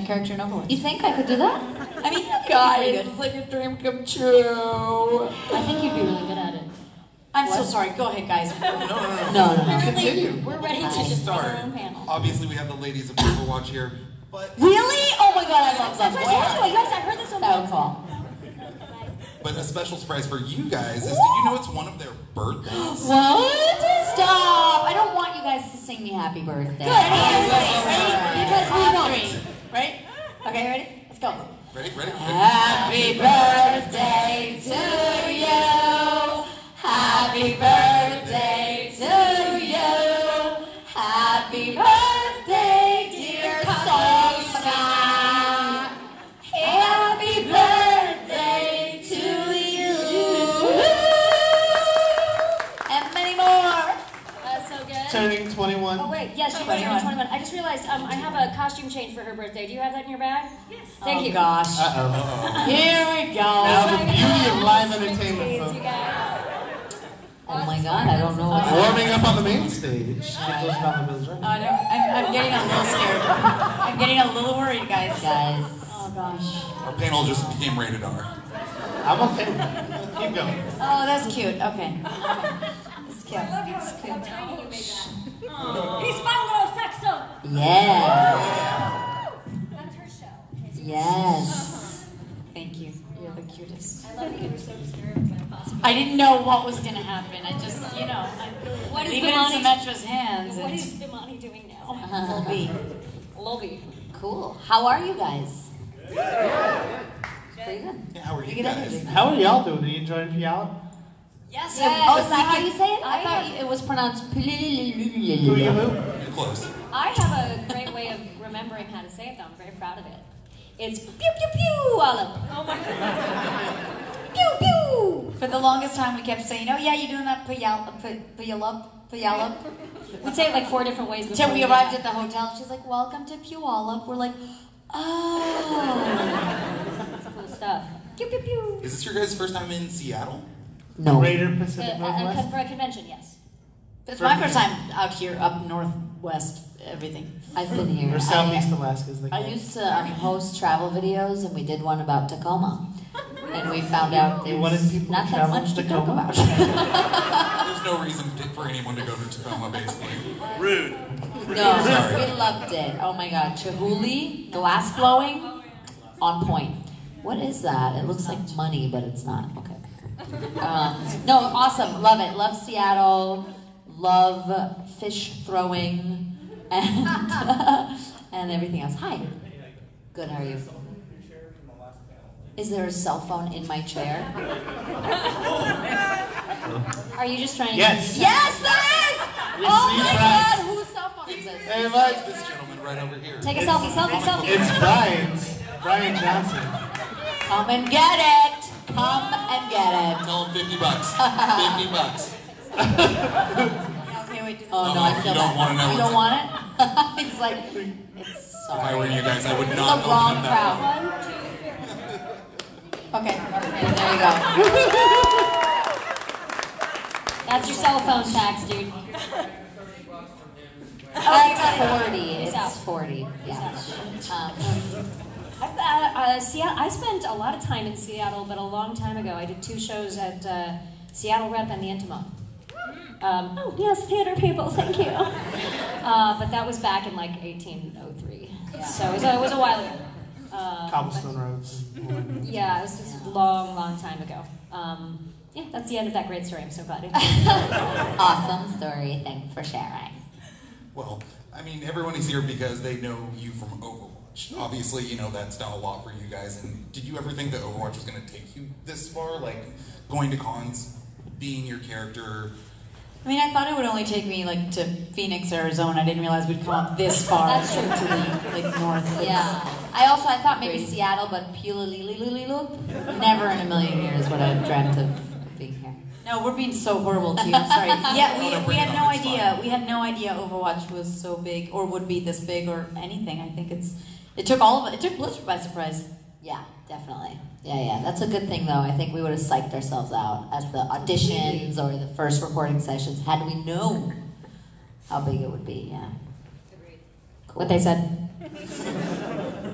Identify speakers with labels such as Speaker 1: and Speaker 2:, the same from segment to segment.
Speaker 1: character in Overwatch.
Speaker 2: You think I could do that?
Speaker 1: I mean,
Speaker 2: Pretty
Speaker 1: guys,
Speaker 2: good.
Speaker 1: it's like a dream come true.
Speaker 2: I think you'd be really good at it.
Speaker 1: I'm so sorry. Go ahead, guys.
Speaker 3: No, no, no.
Speaker 2: No, no, no.
Speaker 3: Continue.
Speaker 1: We're ready to just make our own panel.
Speaker 3: Obviously, we have the ladies of Overwatch here, but
Speaker 1: Really? Oh my god, I love
Speaker 2: That's
Speaker 1: them.
Speaker 2: what I said. Anyway, guys, I heard this on that would call.
Speaker 3: but a special surprise for you guys is did you know it's one of their birthdays?
Speaker 2: What? Stop! I don't want you guys to sing me happy
Speaker 1: Good.
Speaker 2: birthday.
Speaker 1: Anyway, ready? Because we won. Right? Okay, ready? Let's go.
Speaker 3: Ready? Ready?
Speaker 2: Happy birthday to you. Happy birthday to you. Happy birthday, dear Sosa. Happy birthday to you.
Speaker 1: And many more.
Speaker 4: That's Uh, so good.
Speaker 5: Turning 21.
Speaker 4: Oh wait, yes, she was turning
Speaker 1: 21.
Speaker 4: 21. I just realized um, I have a costume change for her birthday. Do you have that in your bag? Yes. Thank
Speaker 1: oh
Speaker 4: you.
Speaker 1: gosh.
Speaker 5: Uh-oh.
Speaker 1: Here we go.
Speaker 5: Now the beauty of live
Speaker 4: Please,
Speaker 5: entertainment,
Speaker 4: you
Speaker 5: folks.
Speaker 4: guys.
Speaker 2: Oh my god, I don't know what
Speaker 5: Warming up on the main stage. Gives us nothing but
Speaker 1: Uh, I know. I'm, I'm getting a little scared. I'm getting a little worried, guys.
Speaker 2: guys.
Speaker 1: Oh gosh.
Speaker 3: Our panel just became rated R.
Speaker 5: I'm okay. with it. Keep going.
Speaker 1: Oh, that's cute. Okay. That's cute.
Speaker 4: I love how, how tiny you made that. He's my little sexo.
Speaker 2: Yeah.
Speaker 4: That's her show.
Speaker 2: Yes.
Speaker 1: Thank you. You're the cutest.
Speaker 4: I love that you were so disturbed by possible.
Speaker 1: I didn't know what was gonna happen. I just, you know, I,
Speaker 4: What is
Speaker 1: leave it in
Speaker 4: Imani?
Speaker 1: Symmetra's hands.
Speaker 4: What
Speaker 1: and- Uh-huh.
Speaker 4: is Imani doing now?
Speaker 1: Will be.
Speaker 4: Uh-huh. Lobby.
Speaker 2: Cool. How are you guys? Pretty good.
Speaker 3: Yeah, how are you
Speaker 2: Look at
Speaker 3: guys?
Speaker 2: that.
Speaker 5: How are y'all doing? Are you enjoying Piala?
Speaker 1: Yes.
Speaker 2: Oh,
Speaker 1: Oh,
Speaker 2: is that how you say it?
Speaker 4: I
Speaker 2: I thought it was pronounced.
Speaker 5: Who you
Speaker 2: plililililililil.
Speaker 5: who?
Speaker 3: Close.
Speaker 4: I have a great way of remembering how to say it, though. I'm very proud of it. It's pew pew pew all over. Oh my god. pew pew.
Speaker 1: For the longest time, we kept saying, "Oh yeah, you're doing that payal payalop payalop."
Speaker 4: We'd say it like four different ways before
Speaker 1: Till we arrived at the hotel, and she's like, "Welcome to Puyallup." We're like, "Oh."
Speaker 4: the cool stuff. Pew pew pew.
Speaker 3: Is this your guys' first time in Seattle?
Speaker 2: No.
Speaker 5: Greater
Speaker 4: Uh,
Speaker 5: Pacific
Speaker 4: uh,
Speaker 5: Northwest.
Speaker 4: for a convention, yes.
Speaker 1: It's my first time out here, up northwest, everything.
Speaker 2: I've been here.
Speaker 5: Or Southeast Alaska is the
Speaker 2: I
Speaker 5: case.
Speaker 2: used to um, host travel videos, and we did one about Tacoma, and we found out
Speaker 5: You
Speaker 2: there's
Speaker 5: wanted people to
Speaker 2: not that
Speaker 5: travel
Speaker 2: much
Speaker 5: to
Speaker 2: to talk
Speaker 5: Tacoma?
Speaker 2: about.
Speaker 3: There's no reason for anyone to go to Tacoma, basically.
Speaker 6: Rude.
Speaker 2: No, we loved it. Oh my god, Chihuly, glass blowing, on point. What is that? It looks like money, but it's not. Okay. Um, no, awesome. Love it. Love Seattle. Love fish throwing, and and everything else. Hi. Good. How are you? Is there a cell phone in my chair?
Speaker 4: Are you just trying
Speaker 5: Yes.
Speaker 2: Yes, there is.
Speaker 5: We
Speaker 2: Oh
Speaker 5: see
Speaker 2: my
Speaker 5: Brian.
Speaker 2: God, whose cell phone is this?
Speaker 5: Hey, Mike.
Speaker 3: This gentleman right over here.
Speaker 4: to take a selfie, selfie, selfie?
Speaker 5: It's Brian's. Brian Johnson.
Speaker 2: Come and get it. Come and get it.
Speaker 3: Tell him 50 bucks. 50 bucks.
Speaker 1: Okay, wait. Do
Speaker 2: Oh
Speaker 3: Oh,
Speaker 2: no,
Speaker 3: no,
Speaker 2: I
Speaker 3: you
Speaker 2: feel bad.
Speaker 3: don't wanna know
Speaker 2: You
Speaker 3: what's-
Speaker 2: don't want it? it's like it's
Speaker 3: If I
Speaker 2: sorry.
Speaker 3: were you guys, I would
Speaker 2: It's the
Speaker 3: not
Speaker 2: wrong
Speaker 3: open up that.
Speaker 2: crowd.
Speaker 1: Okay.
Speaker 2: And there you go.
Speaker 4: That's your cell phone tax, dude.
Speaker 2: It's forty.
Speaker 4: out.
Speaker 2: It's forty. Yeah. Um,
Speaker 4: I, uh, uh, Seattle, I spent a lot of time in Seattle, but a long time ago. I did two shows at uh, Seattle Rep and the Intima. Um, oh, yes, theater people, thank you. Uh, but that was back in like 1803. So it was, a, it was a while ago. Uh,
Speaker 5: Cobblestone roads.
Speaker 4: but- Yeah, it was just a long, long time ago. Um, yeah, that's the end of that great story. I'm so glad.
Speaker 2: awesome story. Thanks for sharing.
Speaker 3: Well, I mean, everyone is here because they know you from Overwatch. Obviously, you know, that's done a lot for you guys. And did you ever think that Overwatch was going to take you this far? Like, going to cons, being your character?
Speaker 1: I mean, I thought it would only take me like to Phoenix, Arizona. I didn't realize we'd come up this far.
Speaker 2: That's true.
Speaker 1: To the like north.
Speaker 2: Yeah. I also I thought maybe Seattle, but Pulalililililil. Never in a million years would I have dreamt of being here.
Speaker 1: No, we're being so horrible to you. I'm sorry. Yeah,
Speaker 3: No, no,
Speaker 1: we, we
Speaker 3: bring
Speaker 1: had
Speaker 3: it
Speaker 1: no
Speaker 3: on. It's
Speaker 1: idea.
Speaker 3: fine.
Speaker 1: We had no idea Overwatch was so big or would be this big or anything. I think it's it took all of it. It took Blizzard by surprise.
Speaker 2: Yeah, definitely. Yeah, yeah. That's a good thing, though. I think we would have psyched ourselves out at the auditions or the first recording sessions had we known how big it would be. Yeah.
Speaker 4: Agreed.
Speaker 2: What they said.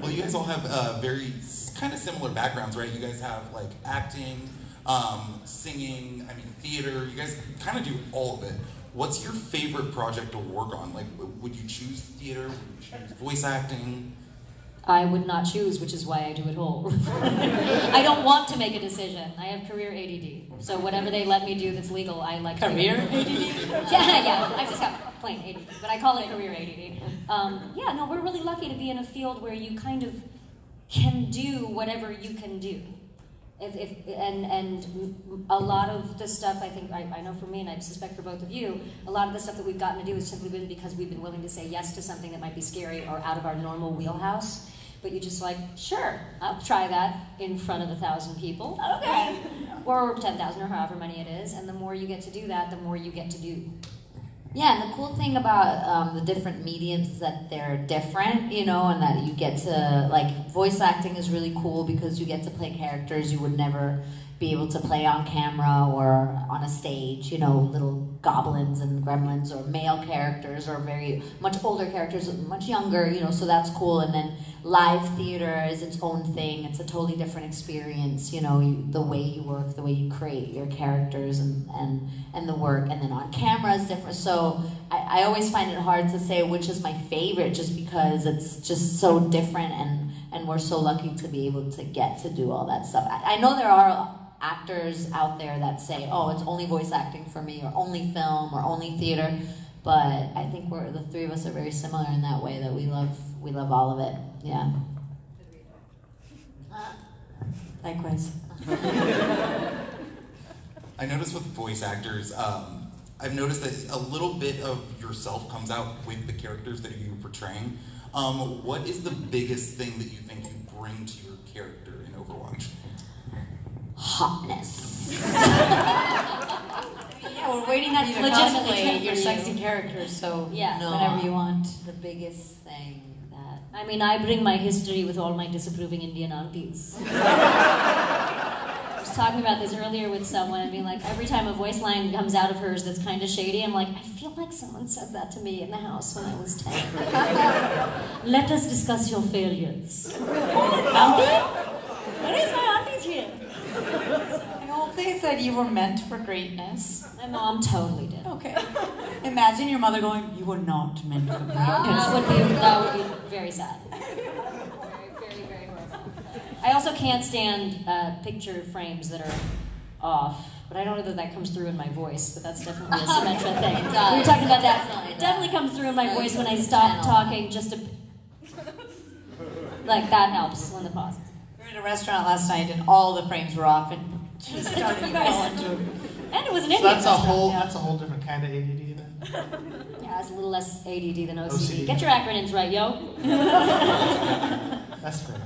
Speaker 3: Well, you guys all have uh, very kind of similar backgrounds, right? You guys have like acting, um, singing, I mean, theater. You guys kind of do all of it. What's your favorite project to work on? Like, w- would you choose theater? Would you choose voice acting?
Speaker 4: I would not choose, which is why I do it all. I don't want to make a decision. I have career ADD. So whatever they let me do that's legal, I like to do.
Speaker 1: Career ADD?
Speaker 4: Yeah, yeah. I just got plain ADD, but I call it career ADD. Um, yeah, no, we're really lucky to be in a field where you kind of can do whatever you can do. If, if, and, and a lot of the stuff I think, I, I know for me, and I suspect for both of you, a lot of the stuff that we've gotten to do has simply been because we've been willing to say yes to something that might be scary or out of our normal wheelhouse. But you just like, sure, I'll try that in front of a thousand people. Okay. Or 10,000 or however many it is. And the more you get to do that, the more you get to do.
Speaker 2: Yeah, and the cool thing about um, the different mediums is that they're different, you know, and that you get to, like, voice acting is really cool because you get to play characters you would never be able to play on camera or on a stage, you know, little goblins and gremlins or male characters or very much older characters, much younger, you know, so that's cool. And then live theater is its own thing, it's a totally different experience, you know, you, the way you work, the way you create your characters and, and, and the work. And then on camera is different. So I, I always find it hard to say which is my favorite just because it's just so different and and we're so lucky to be able to get to do all that stuff. I, I know there are actors out there that say, "Oh, it's only voice acting for me, or only film, or only theater," but I think we're the three of us are very similar in that way that we love we love all of it. Yeah.
Speaker 1: Likewise.
Speaker 3: I noticed with voice actors, um, I've noticed that a little bit of yourself comes out with the characters that you're portraying. Um, what is the biggest thing that you think you bring to your character in Overwatch?
Speaker 2: Hotness.
Speaker 1: Yeah, we're waiting on you to
Speaker 4: Legitimately,
Speaker 1: cosplay your
Speaker 4: for you.
Speaker 1: sexy character, so
Speaker 4: Yeah.
Speaker 2: No.
Speaker 1: whatever you want.
Speaker 2: The biggest thing that
Speaker 4: I mean, I bring my history with all my disapproving Indian aunties. I was talking about this earlier with someone and being like, every time a voice line comes out of hers that's kind of shady, I'm like, I feel like someone said that to me in the house when I was 10. Let us discuss your failures. Auntie? Where is my auntie's here?
Speaker 1: I hope they said you were meant for greatness.
Speaker 4: My mom totally did.
Speaker 1: Okay. Imagine your mother going, "You were not meant for greatness."
Speaker 4: That would be that would be very sad. Very, very, very horrible. I also can't stand uh, picture frames that are off, but I don't know that that comes through in my voice. But that's definitely a Symmetra thing.
Speaker 2: It does.
Speaker 4: We were talking about that.
Speaker 2: Definitely
Speaker 4: It definitely comes through in my
Speaker 2: No,
Speaker 4: voice
Speaker 2: you
Speaker 4: when I
Speaker 2: can
Speaker 4: stop
Speaker 2: channel.
Speaker 4: talking. Just to, like that helps when the pause.
Speaker 1: We were at a restaurant last night, and all the frames were off, and she started going
Speaker 4: You guys-
Speaker 1: to
Speaker 4: And it was an
Speaker 5: So
Speaker 4: Indian
Speaker 5: that's a
Speaker 4: restaurant,
Speaker 5: whole
Speaker 4: Yeah.
Speaker 5: that's a whole different kind of ADD then.
Speaker 4: yeah, it's a little less ADD than OCD.
Speaker 5: OCD.
Speaker 4: Get your acronyms right, yo.
Speaker 5: That's fair.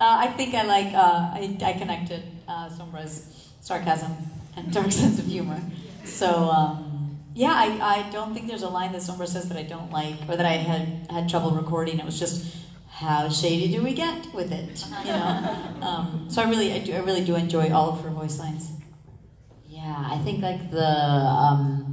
Speaker 1: Uh, I think I like, uh, I, I connected uh, Sombra's sarcasm and dark sense of humor. So, um, yeah, I, I don't think there's a line that Sombra says that I don't like or that I had, had trouble recording. It was just, how shady do we get with it? You know? Um, so I really, I, do, I really do enjoy all of her voice lines.
Speaker 2: Yeah, I think like the um,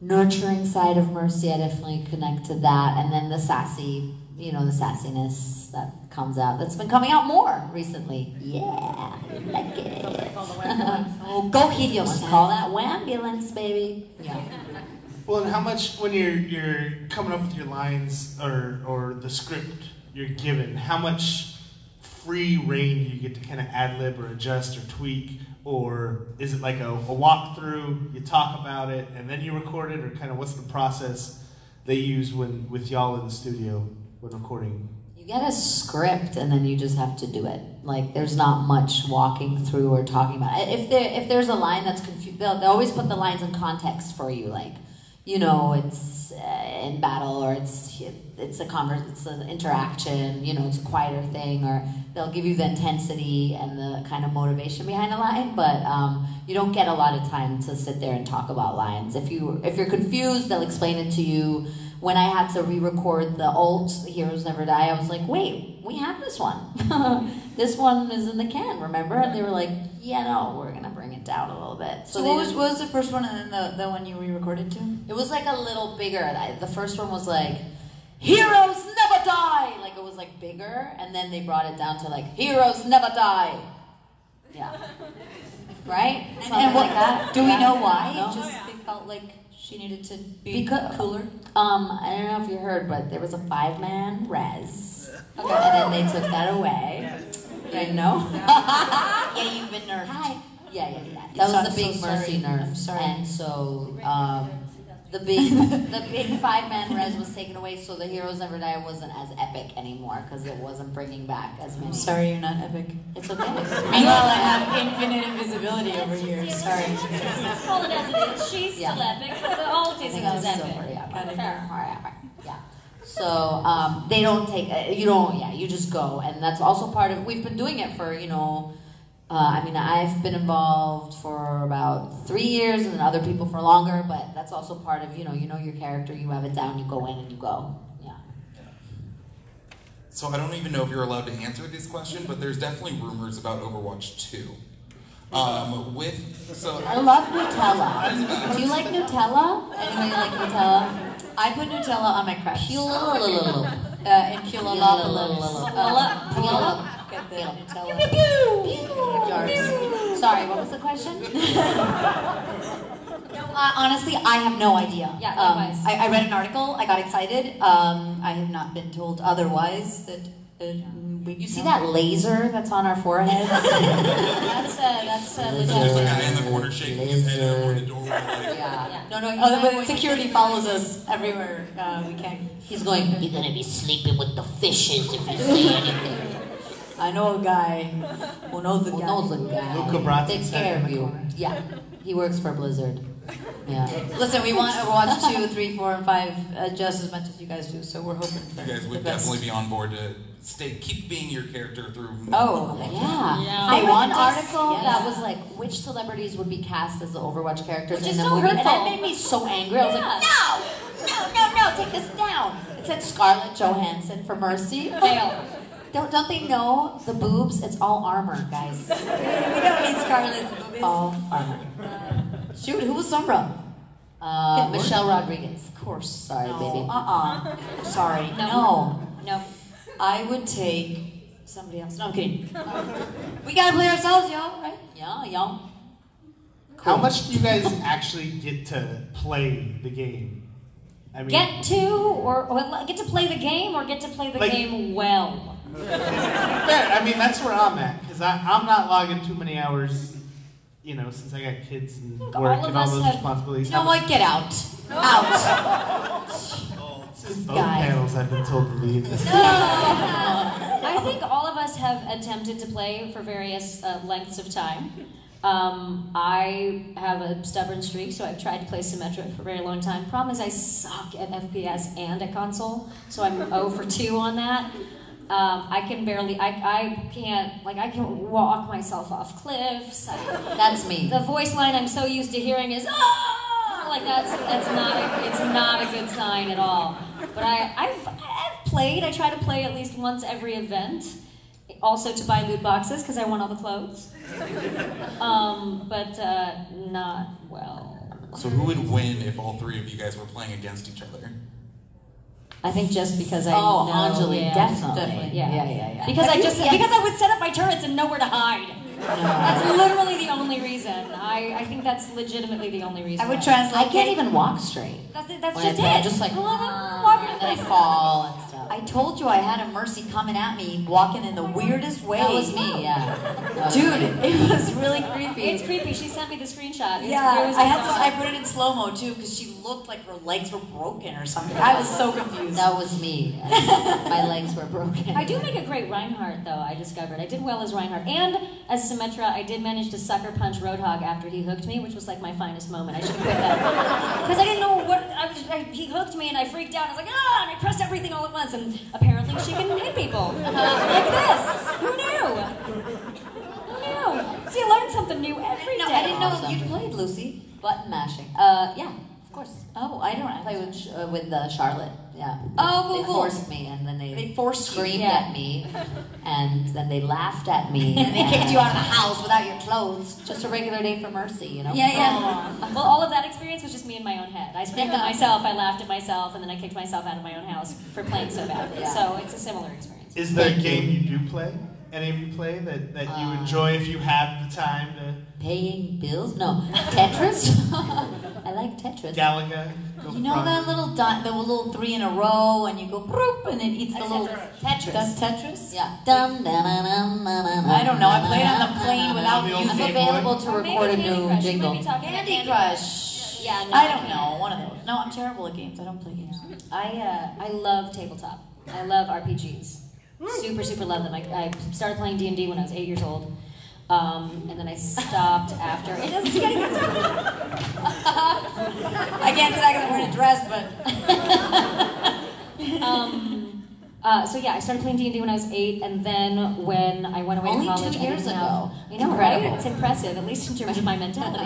Speaker 2: nurturing side of mercy, I definitely connect to that, and then the sassy, you know, the sassiness that comes out. That's been coming out more recently. Yeah, I like it.
Speaker 1: Oh, go heal
Speaker 2: Let's call that ambulance, baby. Yeah.
Speaker 5: Well, and how much when you're you're coming up with your lines or or the script you're given, how much free reign do you get to kind of ad lib or adjust or tweak, or is it like a, a walkthrough? You talk about it and then you record it, or kind of what's the process they use when with y'all in the studio when recording?
Speaker 2: You get a script and then you just have to do it. Like there's not much walking through or talking about. it. If there if there's a line that's confused, they'll, they always put the lines in context for you. Like, you know, it's uh, in battle or it's it's a converse, it's an interaction. You know, it's a quieter thing or they'll give you the intensity and the kind of motivation behind a line. But um, you don't get a lot of time to sit there and talk about lines. If you if you're confused, they'll explain it to you when I had to re-record the old Heroes Never Die, I was like, wait, we have this one. this one is in the can, remember? And they were like, yeah, no, we're gonna bring it down a little bit.
Speaker 1: So,
Speaker 2: they
Speaker 1: what was,
Speaker 2: didn't-
Speaker 1: what was the first one and then the, the one you re recorded to?
Speaker 2: it was like a little bigger. I- The first one was like, heroes never die. Like it was like bigger, and then they brought it down to like heroes never die. Yeah. Right?
Speaker 1: And,
Speaker 2: Something
Speaker 1: and what,
Speaker 2: like that.
Speaker 1: do we
Speaker 2: Yeah.
Speaker 1: know why?
Speaker 2: No?
Speaker 1: It just they felt like she needed to be
Speaker 2: Because-
Speaker 1: cooler.
Speaker 2: Um, I don't know if you heard, but there was a five man res. And then they took that away. I know.
Speaker 1: Yeah, you've been nerfed.
Speaker 2: Hi. Yeah, yeah, yeah.
Speaker 1: I'm
Speaker 2: That
Speaker 1: so-
Speaker 2: was the
Speaker 1: I'm
Speaker 2: big
Speaker 1: so
Speaker 2: mercy
Speaker 1: sorry.
Speaker 2: nerve.
Speaker 1: I'm sorry.
Speaker 2: And so um, the big the big five man res was taken away, so the Heroes Never Die wasn't as epic anymore because it wasn't bringing back as many.
Speaker 1: I'm sorry, you're not epic.
Speaker 2: It's okay.
Speaker 1: Meanwhile, I have infinite invisibility over here. Sorry.
Speaker 4: Let's call it as it is. She's
Speaker 2: Yeah.
Speaker 4: still epic. The old
Speaker 2: I
Speaker 4: is
Speaker 2: think I'm
Speaker 4: epic.
Speaker 2: still pretty
Speaker 1: Got
Speaker 2: epic.
Speaker 1: it.
Speaker 2: Yeah. Yeah. So um, they don't take uh, you don't yeah you just go and that's also part of we've been doing it for you know uh, I mean I've been involved for about three years and then other people for longer but that's also part of you know you know your character you have it down you go in and you go yeah
Speaker 3: So I don't even know if you're allowed to answer this question, but there's definitely rumors about Overwatch 2. Um, with so
Speaker 2: I love Nutella do you like Nutella anybody like Nutella
Speaker 1: I put Nutella on my crust.
Speaker 2: Pulilililil.
Speaker 1: Uh, in Pulilililil.
Speaker 2: Pulilililil. Pulililil.
Speaker 1: Get the
Speaker 2: Pulililil.
Speaker 1: Nutella jars.
Speaker 2: Sorry, what was the question?
Speaker 1: Uh, honestly, I have no idea.
Speaker 4: Yeah,
Speaker 1: um,
Speaker 4: likewise.
Speaker 1: I, I read an article. I got excited. Um, I have not been told otherwise that. Uh, we,
Speaker 2: You see that laser that's on our foreheads?
Speaker 4: That's uh, that's uh,
Speaker 3: there's
Speaker 4: legit.
Speaker 3: a guy in the corner shaking his head over the door like
Speaker 2: yeah.
Speaker 1: No, no. Oh, but security follows us everywhere. Uh, we can't.
Speaker 2: He's going, you're gonna be sleeping with the fishes if you see anything.
Speaker 1: I know a guy who knows the
Speaker 2: Who
Speaker 1: guy.
Speaker 2: knows the guy?
Speaker 5: Luca Brasi
Speaker 2: Takes
Speaker 5: sat
Speaker 2: care
Speaker 5: in
Speaker 2: of
Speaker 5: the
Speaker 2: you.
Speaker 5: corner.
Speaker 2: Yeah. He works for Blizzard. Yeah.
Speaker 1: Listen, we want Overwatch two, three, four, and five uh, just as much as you guys do. So we're hoping for
Speaker 3: You guys
Speaker 1: the
Speaker 3: would
Speaker 1: best.
Speaker 3: definitely be on board to stay, keep being your character through.
Speaker 1: Oh,
Speaker 2: Yeah.
Speaker 4: Yeah.
Speaker 2: I
Speaker 1: They
Speaker 2: read
Speaker 1: want
Speaker 2: an
Speaker 1: us-
Speaker 2: article
Speaker 1: yeah.
Speaker 2: that was like which celebrities would be cast as the Overwatch characters
Speaker 4: Which
Speaker 2: in
Speaker 4: is
Speaker 2: the
Speaker 4: so
Speaker 2: movie, and that
Speaker 4: hurtful.
Speaker 2: made me so angry. I was
Speaker 4: Yeah.
Speaker 2: like, no, no, no, no, take this down. It said Scarlett Johansson for mercy.
Speaker 4: Fail.
Speaker 2: Don't don't they know the boobs? It's all armor, guys.
Speaker 1: We don't need Scarlett's boobies.
Speaker 2: All armor.
Speaker 1: Oh. Shoot, who was Sombra?
Speaker 2: Uh,
Speaker 1: It worked.
Speaker 2: Michelle Rodriguez, of course. Sorry, baby.
Speaker 1: Uh uh Sorry.
Speaker 2: No.
Speaker 4: No.
Speaker 1: I would take somebody else. No, I'm kidding. we gotta play ourselves, y'all, right?
Speaker 2: Yeah, y'all.
Speaker 5: How much do you guys actually get to play the game? I mean,
Speaker 4: Get to or, or get to play the game or get to play the
Speaker 5: Like-
Speaker 4: game well.
Speaker 5: fair. I mean, that's where I'm at because I'm not logging too many hours. You know, since I got kids and
Speaker 4: think
Speaker 5: work
Speaker 4: all of
Speaker 5: and all
Speaker 4: us
Speaker 5: those
Speaker 4: have-
Speaker 5: responsibilities.
Speaker 1: You know what? Get out. Out.
Speaker 5: It's just both
Speaker 1: guy.
Speaker 5: panels I've been told to leave.
Speaker 4: I think all of us have attempted to play for various uh, lengths of time. Um, I have a stubborn streak, so I've tried to play Symmetric for a very long time. Problem is, I suck at FPS and at console, so I'm 0 for 2 on that. Um, I can barely, I, I can't, like, I can walk myself off cliffs. I,
Speaker 2: That's me.
Speaker 4: the voice line I'm so used to hearing is ah, like that's that's not a, it's not a good sign at all. But I I've, I've played. I try to play at least once every event. Also to buy loot boxes because I want all the clothes. Um, but uh, not well.
Speaker 3: So who would win if all three of you guys were playing against each other?
Speaker 4: I think just because I
Speaker 2: Oh,
Speaker 4: know,
Speaker 2: Anjali,
Speaker 4: yeah.
Speaker 2: definitely.
Speaker 1: Definitely.
Speaker 4: Yeah.
Speaker 2: yeah, yeah, yeah.
Speaker 4: Because I just
Speaker 2: Yeah.
Speaker 4: because I would set up my turrets and nowhere to hide. That's literally the only reason. I, I think that's legitimately the only reason.
Speaker 1: I would
Speaker 2: I
Speaker 1: translate.
Speaker 2: can't even walk straight.
Speaker 4: That's, it- that's
Speaker 2: When
Speaker 4: just
Speaker 2: I-
Speaker 4: it.
Speaker 2: I'm just like,
Speaker 4: Well, then
Speaker 2: ah,
Speaker 4: why
Speaker 2: and
Speaker 4: would
Speaker 2: then I
Speaker 4: I-
Speaker 2: fall and stuff.
Speaker 1: I told you I had a mercy coming at me, walking in the weirdest way.
Speaker 2: that was me, yeah. That was
Speaker 1: Dude,
Speaker 2: me.
Speaker 1: it was really creepy.
Speaker 4: It's creepy. She sent me the screenshot. It's, it
Speaker 1: yeah,
Speaker 4: was
Speaker 1: I had to,
Speaker 4: awesome.
Speaker 1: I put it in slow mo too because she looked like her legs were broken or something. I was so confused.
Speaker 2: That was me. My legs were broken.
Speaker 4: I do make a great Reinhardt, though. I discovered I did well as Reinhardt and as Symmetra. I did manage to sucker punch Roadhog after he hooked me, which was like my finest moment. I should have quit that because I didn't know what I was. I, he hooked me and I freaked out. I was like, ah! And I pressed everything all at once, and apparently she can hit people Uh, like this. Who knew? Who knew? See, I learn something new every day.
Speaker 2: No, I didn't know
Speaker 1: you played Lucy.
Speaker 2: Button mashing. Uh, yeah. course. Oh, I don't. I play with Sh- uh, with uh, Charlotte. Yeah.
Speaker 4: Oh, cool,
Speaker 2: They
Speaker 4: cool.
Speaker 2: forced me, and then they
Speaker 1: They forced you,
Speaker 2: screamed
Speaker 4: yeah.
Speaker 2: at me, and then they laughed at me,
Speaker 1: And they kicked you out of the
Speaker 2: house without your clothes. Just a regular day for mercy, you know.
Speaker 1: Yeah, yeah.
Speaker 4: Aw. well, all of that experience was just me in my own head. I screamed at myself, I laughed at myself, and then I kicked myself out of my own house for playing so badly.
Speaker 2: Yeah.
Speaker 4: So it's a similar experience.
Speaker 5: Is there a
Speaker 2: Thank you.
Speaker 5: game you do play? Any of you play that, that you
Speaker 2: Uh,
Speaker 5: enjoy if you have the time to
Speaker 2: Paying bills? No. Tetris. I like Tetris.
Speaker 5: Galaga? Go
Speaker 1: You know
Speaker 5: front?
Speaker 1: that little dot, the little three in a row, and you go broop, and it eats the little.
Speaker 2: Tetris.
Speaker 1: That's Tetris.
Speaker 2: yeah. Dum, da, da, dum, da, da, da,
Speaker 1: I don't know. I
Speaker 2: da,
Speaker 1: played
Speaker 2: da,
Speaker 1: on the
Speaker 2: da,
Speaker 1: plane
Speaker 2: da, da,
Speaker 1: without
Speaker 2: da.
Speaker 5: using
Speaker 2: I'm
Speaker 5: Game Boy.
Speaker 2: available to
Speaker 4: Or maybe
Speaker 2: record a
Speaker 4: Candy
Speaker 2: new
Speaker 4: Crush. You might
Speaker 2: jingle.
Speaker 4: be talking about
Speaker 1: Candy Crush.
Speaker 4: Yeah, no,
Speaker 1: I don't
Speaker 4: can't.
Speaker 1: know. One of those. No, I'm terrible at games. I don't play games.
Speaker 4: I uh, I love tabletop. I love RPGs. Super super love them. I, I started playing D and D when I was eight years old, um, and then I stopped after. It doesn't get any
Speaker 1: I can't say I can wear a dress, but
Speaker 4: um, uh, so yeah, I started playing D and D when I was eight, and then when I went away
Speaker 2: Only
Speaker 4: to college,
Speaker 2: two
Speaker 4: I
Speaker 2: years
Speaker 4: didn't know-
Speaker 2: ago.
Speaker 4: I know,
Speaker 2: Incredible.
Speaker 4: right? It's impressive, at least in terms of my mentality.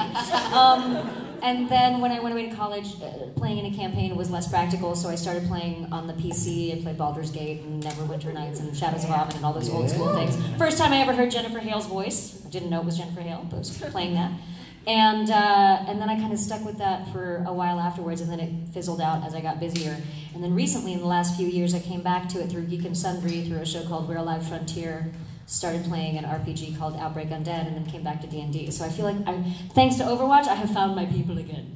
Speaker 4: Um, and then when I went away to college, uh, playing in a campaign was less practical, so I started playing on the PC. I played Baldur's Gate and Neverwinter Nights and Shadows of Omen and all those old school things. First time I ever heard Jennifer Hale's voice. I didn't know it was Jennifer Hale, but I was playing that. And uh, and then I kind of stuck with that for a while afterwards, and then it fizzled out as I got busier. And then recently, in the last few years, I came back to it through Geek and Sundry, through a show called We're Alive Frontier. Started playing an RPG called Outbreak Undead, and then came back to D and D. So I feel like, I, thanks to Overwatch, I have found my people again.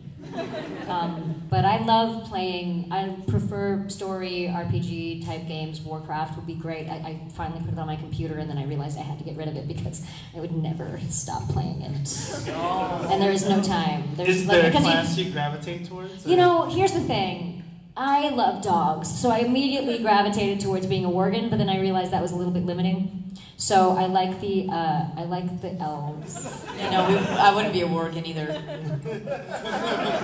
Speaker 4: Um, but I love playing. I prefer story RPG type games. Warcraft would be great. I, I finally put it on my computer, and then I realized I had to get rid of it because I would never stop playing it. And there is no time. There's
Speaker 5: Oh. Is there a
Speaker 4: because you-
Speaker 5: class you, gravitate towards?
Speaker 4: you
Speaker 5: or-
Speaker 4: know, here's the thing. I love dogs, so I immediately gravitated towards being a Worgen, but then I realized that was a little bit limiting. So I like the uh, I like the elves.
Speaker 1: you know, we, I wouldn't be a Worgen either.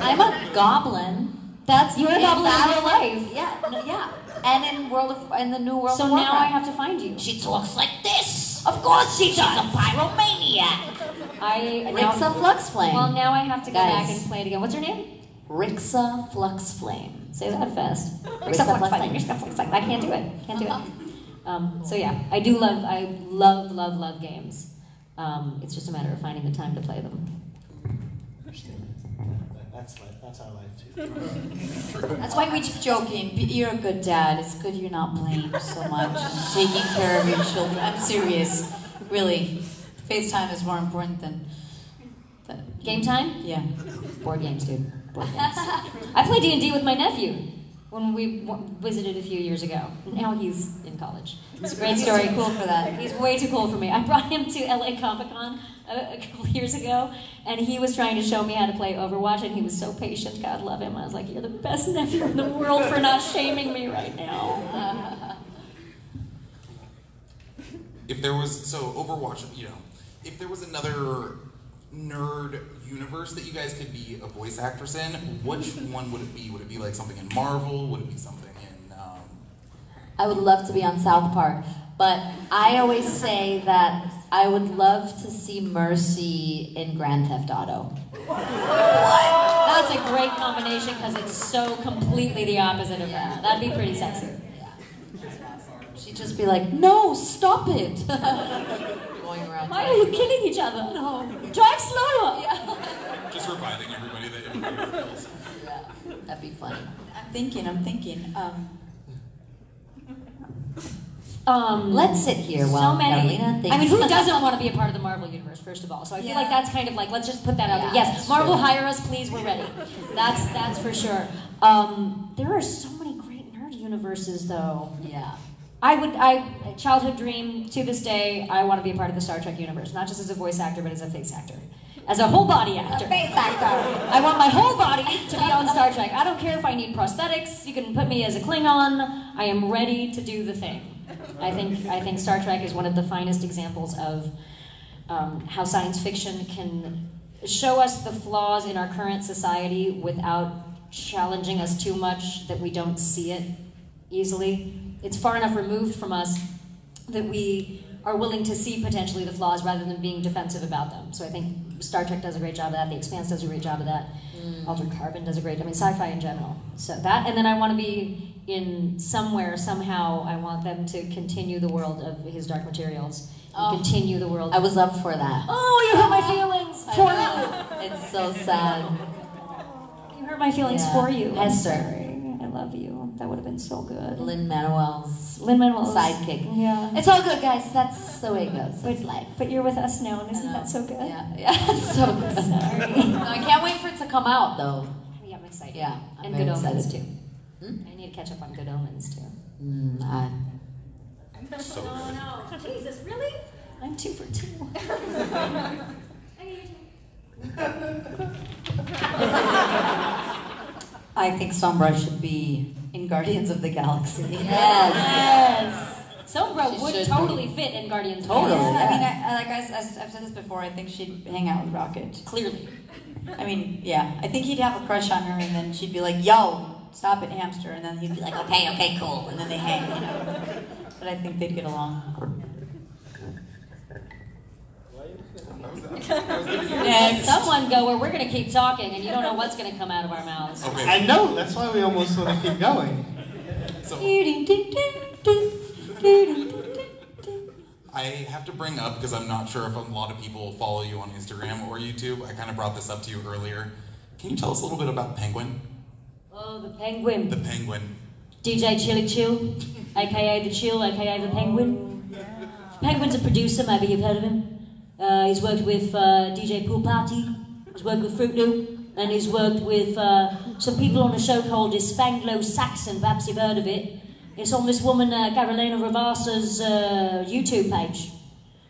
Speaker 2: I'm a goblin. That's
Speaker 4: You're a
Speaker 2: in
Speaker 4: goblin in
Speaker 2: that-
Speaker 4: real life.
Speaker 2: Yeah, no, yeah. And in World of in the new World
Speaker 4: So
Speaker 2: of
Speaker 4: now I
Speaker 2: Warcraft.
Speaker 4: have to find you.
Speaker 2: She talks like this. Of course she does. She's a pyromaniac.
Speaker 4: I now,
Speaker 2: Rixa Flux Flame.
Speaker 4: Well, now I have to go
Speaker 2: Guys.
Speaker 4: back and play it again. What's her name?
Speaker 2: Rixa Flux Flame.
Speaker 4: Say that fast.
Speaker 2: Rixa Flux Flame.
Speaker 4: Rixa Flux Flame. I can't do it. Can't do it. Um, so yeah, I do love. I love, love, love games. Um, it's just a matter of finding the time to play them.
Speaker 5: That- That's life. That's our life too.
Speaker 1: That's why we keep joking. But you're a good dad. It's good you're not playing so much, and taking care of your children. I'm serious, really. FaceTime is more important than. than
Speaker 4: Game time?
Speaker 1: Yeah.
Speaker 4: Board games, dude. Board games. I played D and D with my nephew when we w- visited a few years ago. Now he's in college. It's a great
Speaker 1: He's
Speaker 4: story.
Speaker 1: too cool for that.
Speaker 4: He's way too cool for me. I brought him to LA Comic Con a, a couple years ago, and he was trying to show me how to play Overwatch, and he was so patient. God love him. I was like, "You're the best nephew in the world for not shaming me right now."
Speaker 3: If there was so Overwatch, you know, if there was another nerd universe that you guys could be a voice actress in, which one would it be? Would it be like something in Marvel? Would it be something in? Um,
Speaker 2: I would love to be on South Park, but I always say that I would love to see Mercy in Grand Theft Auto.
Speaker 4: That's a great combination because it's so completely the opposite of that. That'd be pretty sexy.
Speaker 2: She'd just be like, "No, stop it."
Speaker 1: Going around.
Speaker 4: Why are you killing each other? No. Drive slower.
Speaker 3: just reviving everybody that everybody else.
Speaker 2: That'd be funny.
Speaker 1: I'm thinking. I'm thinking. Um,
Speaker 4: Um,
Speaker 2: Let's sit here while
Speaker 4: so many.
Speaker 2: Carolina thinks.
Speaker 4: I mean, who doesn't want to be a part of the Marvel universe? First of all, so I feel
Speaker 1: Yeah.
Speaker 4: like that's kind of like let's just put that out there.
Speaker 2: Yeah,
Speaker 4: Yes,
Speaker 2: that's
Speaker 4: Marvel
Speaker 2: true.
Speaker 4: hire us, please. We're ready. That's that's for sure. Um, there are so many great nerd universes, though.
Speaker 2: Yeah.
Speaker 4: I would, I childhood dream to this day. I want to be a part of the Star Trek universe, not just as a voice actor, but as a face actor, as a whole body actor. I want my whole body to be on Star Trek. I don't care if I need prosthetics. You can put me as a Klingon. I am ready to do the thing. I think I think Star Trek is one of the finest examples of um, how science fiction can show us the flaws in our current society without challenging us too much that we don't see it easily. It's far enough removed from us that we are willing to see potentially the flaws rather than being defensive about them. So I think Star Trek does a great job of that. The Expanse does a great job of that.
Speaker 2: Mm.
Speaker 4: Altered Carbon does a great. I mean, sci-fi in general. So that, and then I want to be in somewhere somehow. I want them to continue the world of His Dark Materials.
Speaker 1: Oh.
Speaker 4: and Continue the world.
Speaker 2: I was up for that.
Speaker 4: oh, you hurt my feelings
Speaker 1: I
Speaker 4: for
Speaker 1: know.
Speaker 2: It's so sad.
Speaker 4: you. You hurt my feelings
Speaker 2: Yeah.
Speaker 4: for you. I'm
Speaker 2: Esther.
Speaker 4: sorry. I love you. That would have been so good.
Speaker 2: Lynn Manuel's
Speaker 4: Lin Manuel
Speaker 2: sidekick.
Speaker 4: Yeah.
Speaker 2: It's all good, guys. That's the way it goes. It's life.
Speaker 4: But you're with us now, and isn't
Speaker 2: I know.
Speaker 4: that so good?
Speaker 2: Yeah, yeah. so good. No, I can't wait for it to come out though.
Speaker 4: Yeah, I'm excited.
Speaker 2: Yeah, I'm
Speaker 4: and
Speaker 2: very
Speaker 4: Good
Speaker 2: excited.
Speaker 4: Omens too.
Speaker 2: Hmm?
Speaker 4: I need to catch up on Good Omens too.
Speaker 2: Mm, I,
Speaker 3: So good.
Speaker 4: Oh, Jesus, really? I'm two for two.
Speaker 1: I think Sombra should be in Guardians of the Galaxy.
Speaker 4: Yes. Sombra
Speaker 2: She
Speaker 4: would
Speaker 2: should
Speaker 4: totally fit in Guardians. of the
Speaker 1: Totally.
Speaker 4: Galaxy.
Speaker 1: I mean, I, I- like I, have said this before, I think she'd hang out with Rocket.
Speaker 4: Clearly.
Speaker 1: I mean, yeah, I think he'd have a crush on her, and then she'd be like, "Yo, stop it, hamster," and then he'd be like, "Okay, okay, cool," and then they hang. You know? But I think they'd get along.
Speaker 3: That was- that was- that was good.
Speaker 1: Next.
Speaker 4: Someone go where we're going to keep talking, and you don't know what's going to come out of our mouths.
Speaker 3: Okay,
Speaker 5: I know. That's why we almost want to keep going.
Speaker 3: so
Speaker 1: That's
Speaker 3: I have to bring up because I'm not sure if a lot of people follow you on Instagram or YouTube. I kind of brought this up to you earlier. Can you tell us a little bit about Penguin?
Speaker 4: Oh, the Penguin.
Speaker 3: The Penguin.
Speaker 4: DJ Chili Chill, aka The Chill, aka The Penguin. Penguin's a producer, maybe you've heard of him. Uh, he's worked with uh, DJ Pool Party, he's worked with Fruit Loop, and he's worked with uh, some people on a show called Hispanglo Saxon, perhaps you've heard of it. It's on this woman, uh, Carolina Ravasa's uh, YouTube page.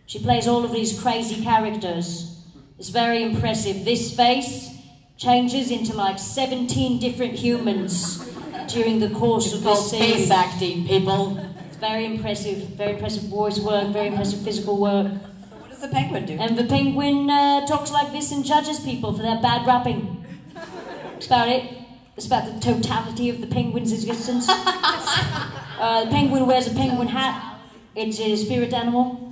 Speaker 4: She plays all of these crazy characters. It's very impressive. This face changes into like 17 different humans during the course of
Speaker 1: called
Speaker 4: this series.
Speaker 1: face acting, people.
Speaker 4: It's very impressive. Very impressive voice work, very impressive physical work.
Speaker 1: So what does the penguin do?
Speaker 4: And the penguin uh, talks like this and judges people for their bad rapping. That's about it. It's about the totality of the penguin's existence. uh, the penguin wears a penguin hat. It's a spirit animal.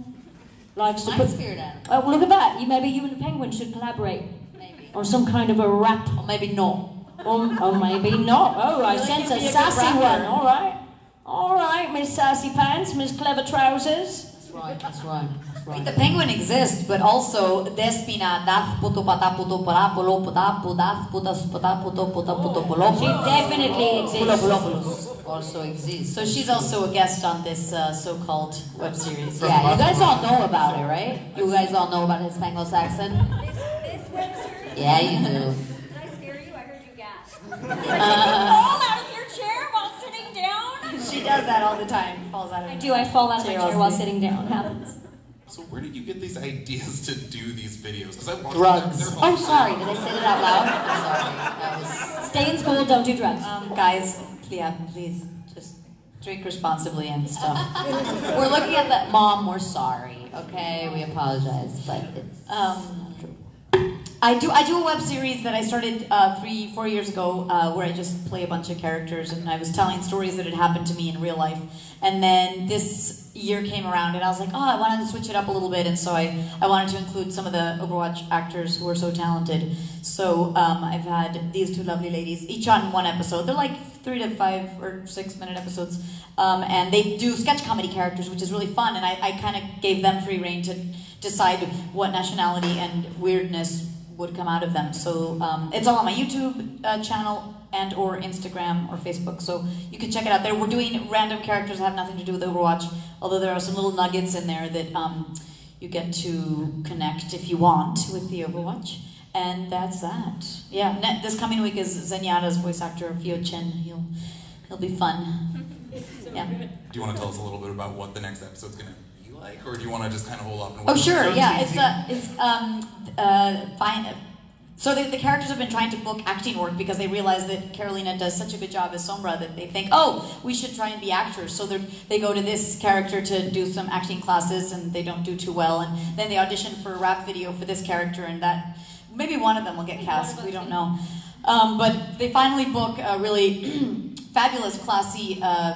Speaker 4: Likes to
Speaker 2: my
Speaker 4: put.
Speaker 2: spirit animal.
Speaker 4: Oh, well, look at that. You, maybe you and the penguin should collaborate
Speaker 2: Maybe.
Speaker 4: on some kind of a rap.
Speaker 2: Or maybe no.
Speaker 4: Or, or maybe not. Oh, I
Speaker 1: You're
Speaker 4: sense
Speaker 1: looking
Speaker 4: a
Speaker 1: to be a good rapper.
Speaker 4: sassy one. All right. All right, Miss Sassy Pants, Miss Clever Trousers.
Speaker 2: That's right. That's right. That's
Speaker 1: Wait,
Speaker 2: right.
Speaker 1: the penguin exists, but also despina daf puto pata puto para polo puta pudaf putas puta puto puta puto polo.
Speaker 4: She definitely
Speaker 2: Oh,
Speaker 1: Pulo,
Speaker 4: exists.
Speaker 1: pulo, pulos.
Speaker 2: Also exists.
Speaker 1: So she's also a guest on this uh, so-called web series.
Speaker 3: From
Speaker 2: Yeah, you
Speaker 3: Buffalo.
Speaker 2: guys all know about it, right? You guys all know about his Anglo Saxon? Yeah, you do.
Speaker 6: Did I scare you? I heard you gasp.
Speaker 1: Uh,
Speaker 6: out of your chair while sitting down?
Speaker 1: she does that all the time. Falls out of.
Speaker 4: I do. I fall out of my chair while sitting down. Happens.
Speaker 3: So where did you get these ideas to do these videos? Because I watched
Speaker 1: Drugs.
Speaker 3: Them. They're
Speaker 2: Oh,
Speaker 3: all-
Speaker 2: sorry. Did I say that out loud? Sorry. That was.
Speaker 4: Stay in school. Don't do drugs.
Speaker 1: Um, guys, yeah, please just drink responsibly and stuff.
Speaker 2: We're looking at that. Mom, we're sorry. Okay, we apologize, but it's.
Speaker 1: Um, I do. I do a web series that I started uh, three, four years ago, uh, where I just play a bunch of characters, and I was telling stories that had happened to me in real life. And then this year came around, and I was like, oh, I wanted to switch it up a little bit, and so I, I wanted to include some of the Overwatch actors who are so talented. So um, I've had these two lovely ladies, each on one episode. They're like three to five or six minute episodes, um, and they do sketch comedy characters, which is really fun. And I, I kind of gave them free reign to decide what nationality and weirdness would come out of them. So um, it's all on my YouTube uh, channel and or Instagram or Facebook. So you can check it out there. We're doing random characters that have nothing to do with Overwatch, although there are some little nuggets in there that um, you get to connect if you want with the Overwatch. And that's that. Yeah, ne- this coming week is Zenyatta's voice actor, Fio Chen. He'll, he'll be fun. Yeah.
Speaker 3: Do you want to tell us a little bit about what the next episode's going to be like, or do you want to just kind of hold up and?
Speaker 1: Oh
Speaker 3: wait?
Speaker 1: sure,
Speaker 5: So
Speaker 1: yeah. It's
Speaker 5: teasing.
Speaker 1: uh, it's um uh fine. So the, the characters have been trying to book acting work because they realize that Carolina does such a good job as Sombra that they think, oh, we should try and be actors. So they they go to this character to do some acting classes and they don't do too well, and then they audition for a rap video for this character, and that maybe one of them will get cast. We don't know, um, but they finally book a really fabulous, classy. Uh,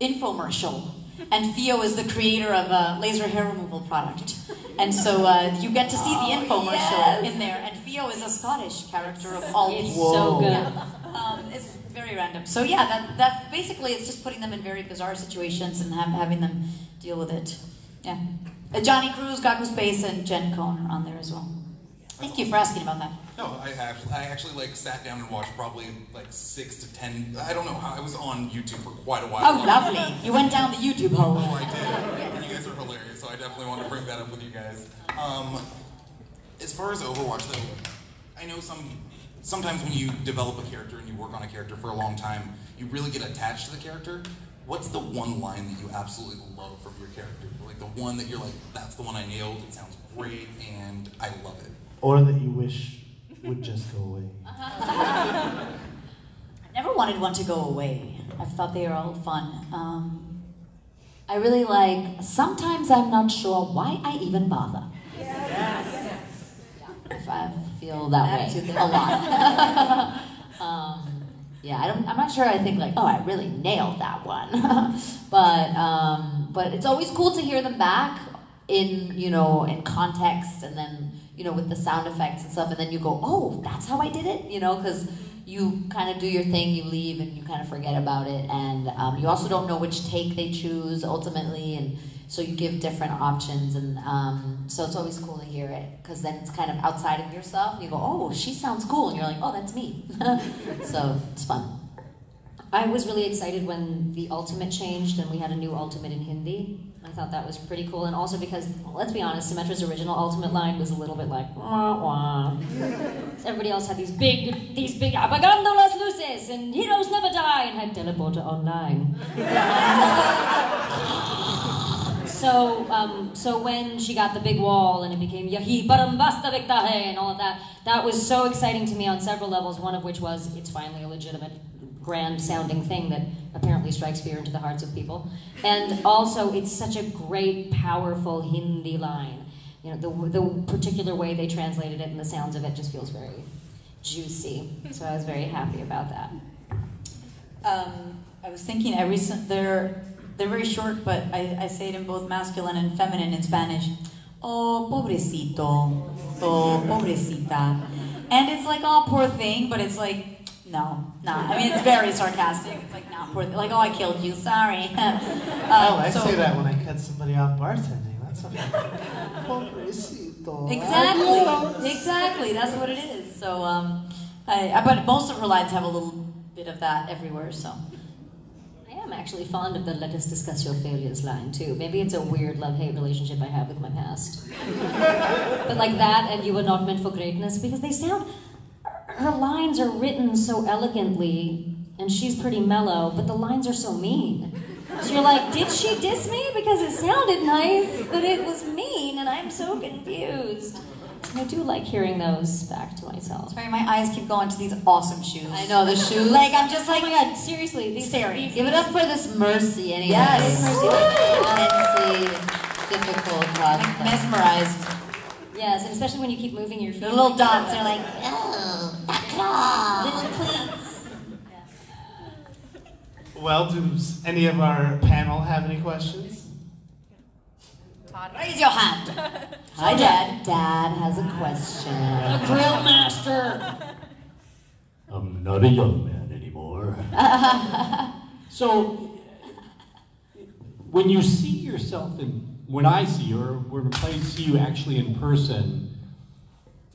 Speaker 1: infomercial And Theo is the creator of a laser hair removal product. And so uh, you get to see the infomercial in there. And Theo is a Scottish character of all
Speaker 4: It's
Speaker 1: people.
Speaker 4: so good.
Speaker 1: Oh, Yeah. Um, it's very random. So yeah, that that basically it's just putting them in very bizarre situations and ha- having them deal with it. Yeah. Uh, Johnny Cruz, Gaku Space, and Jen Cohn are on there as well. Thank you for asking about that.
Speaker 3: No, I actually, I actually like sat down and watched probably like six to ten. I don't know. how I was on YouTube for quite a while.
Speaker 1: Oh, lovely. You went down the YouTube hole.
Speaker 3: Oh, I did. You guys are hilarious, so I definitely want to bring that up with you guys. Um, as far as Overwatch, though, I know some. Sometimes when you develop a character and you work on a character for a long time, you really get attached to the character. What's the one line that you absolutely love from your character? Like the one that you're like, that's the one I nailed. It sounds great, and I love it.
Speaker 5: Or that you wish would just go away.
Speaker 1: I never wanted one to go away. I've thought they are all fun. Um, I really like.
Speaker 2: Sometimes I'm not sure why I even bother. Yeah, If I feel that
Speaker 1: Attitude
Speaker 2: way
Speaker 1: there.
Speaker 2: a lot. um, yeah, I don't, I'm not sure. I think like, oh, I really nailed that one. but um, but it's always cool to hear them back in you know in context and then you know with the sound effects and stuff and then you go, oh, that's how I did it. You know because. You kind of do your thing, you leave, and you kind of forget about it, and um, you also don't know which take they choose ultimately, and so you give different options, and um, so it's always cool to hear it because then it's kind of outside of yourself. And you go, oh, she sounds cool, and you're like, oh, that's me. so it's fun.
Speaker 4: I was really excited when the Ultimate changed and we had a new Ultimate in Hindi. I thought that was pretty cool, and also because, let's be honest, Symmetra's original Ultimate line was a little bit like, wah wah. Everybody else had these big, these big, apagando las luces, and heroes never die, and had teleporter online. So, um, so when she got the big wall and it became Yahi Param Basta Vikta Hai and all of that, that was so exciting to me on several levels. One of which was it's finally a legitimate, grand sounding thing that apparently strikes fear into the hearts of people. And also, it's such a great, powerful Hindi line. You know, the, the particular way they translated it and the sounds of it just feels very juicy. So I was very happy about that.
Speaker 1: Um, I was thinking every sen- they're they're very short, but I, I say it in both masculine and feminine in Spanish. Oh, pobrecito. Oh, pobrecita. And it's like, oh, poor thing, but it's like, no, nah. I mean, it's very sarcastic. It's like, nah, poor thing. Like, oh, I killed you. Sorry. Um,
Speaker 5: Oh, I
Speaker 1: so-
Speaker 5: say that when I cut somebody off bartending. That's a Pobrecito.
Speaker 1: Exactly. Exactly. That's what it is. So, um, I, I, but most of her lines have a little bit of that everywhere. So,
Speaker 4: I am actually fond of the let us discuss your failures line too. Maybe it's a weird love hate relationship I have with my past. but like that and you were not meant for greatness because they sound her lines are written so elegantly and she's pretty mellow, but the lines are so mean. So you're like, did she diss me? Because it sounded nice, but it was mean and I'm so confused. And I do like hearing those back to myself.
Speaker 1: sorry, my eyes keep going to these awesome shoes.
Speaker 2: I know the shoes.
Speaker 1: Like I'm just
Speaker 4: Oh
Speaker 1: like
Speaker 4: my god, seriously, these
Speaker 1: Staring.
Speaker 4: these-
Speaker 2: Give it up for this mercy, anyway.
Speaker 1: Yes.
Speaker 2: mercy. Woo! difficult
Speaker 1: like,
Speaker 2: process.
Speaker 1: mesmerized.
Speaker 4: Yes, and especially when you keep moving your feet.
Speaker 1: The little
Speaker 4: like
Speaker 1: dots
Speaker 4: that.
Speaker 1: are like
Speaker 5: Well, does any of our panel have any questions?
Speaker 1: raise your hand.
Speaker 2: Hi, Dad. Dad has a question.
Speaker 4: The grill master.
Speaker 7: I'm not a young man anymore. so, when you see yourself in, when I see you, or when I see you actually in person,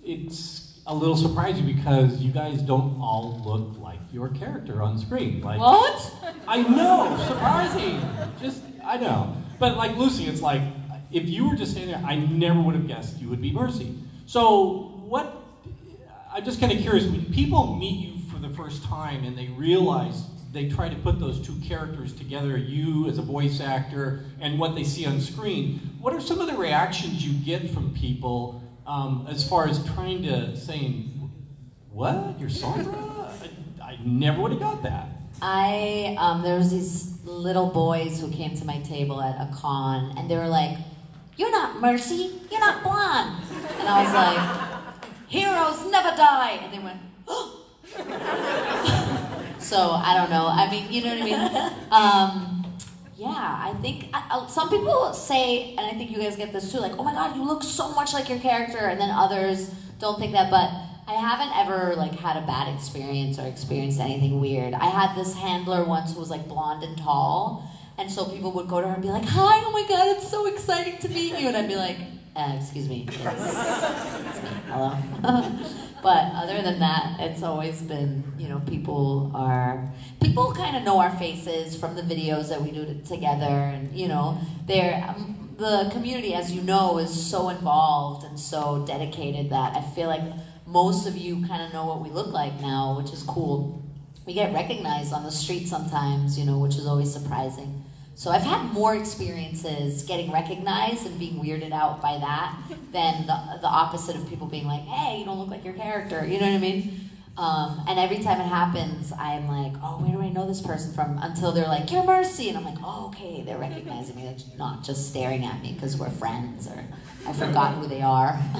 Speaker 7: it's a little surprising because you guys don't all look like your character on screen. Like,
Speaker 4: What?
Speaker 7: I know, surprising. Just, I know. But like Lucy, it's like, if you were just standing there, I never would have guessed you would be Mercy. So, what, I'm just kind of curious, when people meet you for the first time and they realize they try to put those two characters together, you as a voice actor and what they see on screen, what are some of the reactions you get from people um, as far as trying to saying, what, you're Sandra? I, I never would have got that.
Speaker 2: I um, there was these little boys who came to my table at a con, and they were like, "You're not Mercy. You're not blonde." And I was like, "Heroes never die." And they went, "Oh." so I don't know. I mean, you know what I mean. Um, Yeah, I think I, I, some people say, and I think you guys get this too, like, oh my god, you look so much like your character, and then others don't think that. But I haven't ever like had a bad experience or experienced anything weird. I had this handler once who was like blonde and tall, and so people would go to her and be like, hi, oh my god, it's so exciting to meet you, and I'd be like, uh, excuse me, it's, it's me, hello. but other than that, it's always been, you know, people are, people kind of know our faces from the videos that we do t- together, and, you know, they're, um, the community, as you know, is so involved and so dedicated that I feel like most of you kind of know what we look like now, which is cool. We get recognized on the street sometimes, you know, which is always surprising. So I've had more experiences getting recognized and being weirded out by that than the, the opposite of people being like, hey, you don't look like your character. You know what I mean? Um, and every time it happens, I'm like, oh, where do I know this person from? Until they're like, you're Mercy. And I'm like, oh, okay, they're recognizing me. They're not just staring at me because we're friends or I forgot who they are.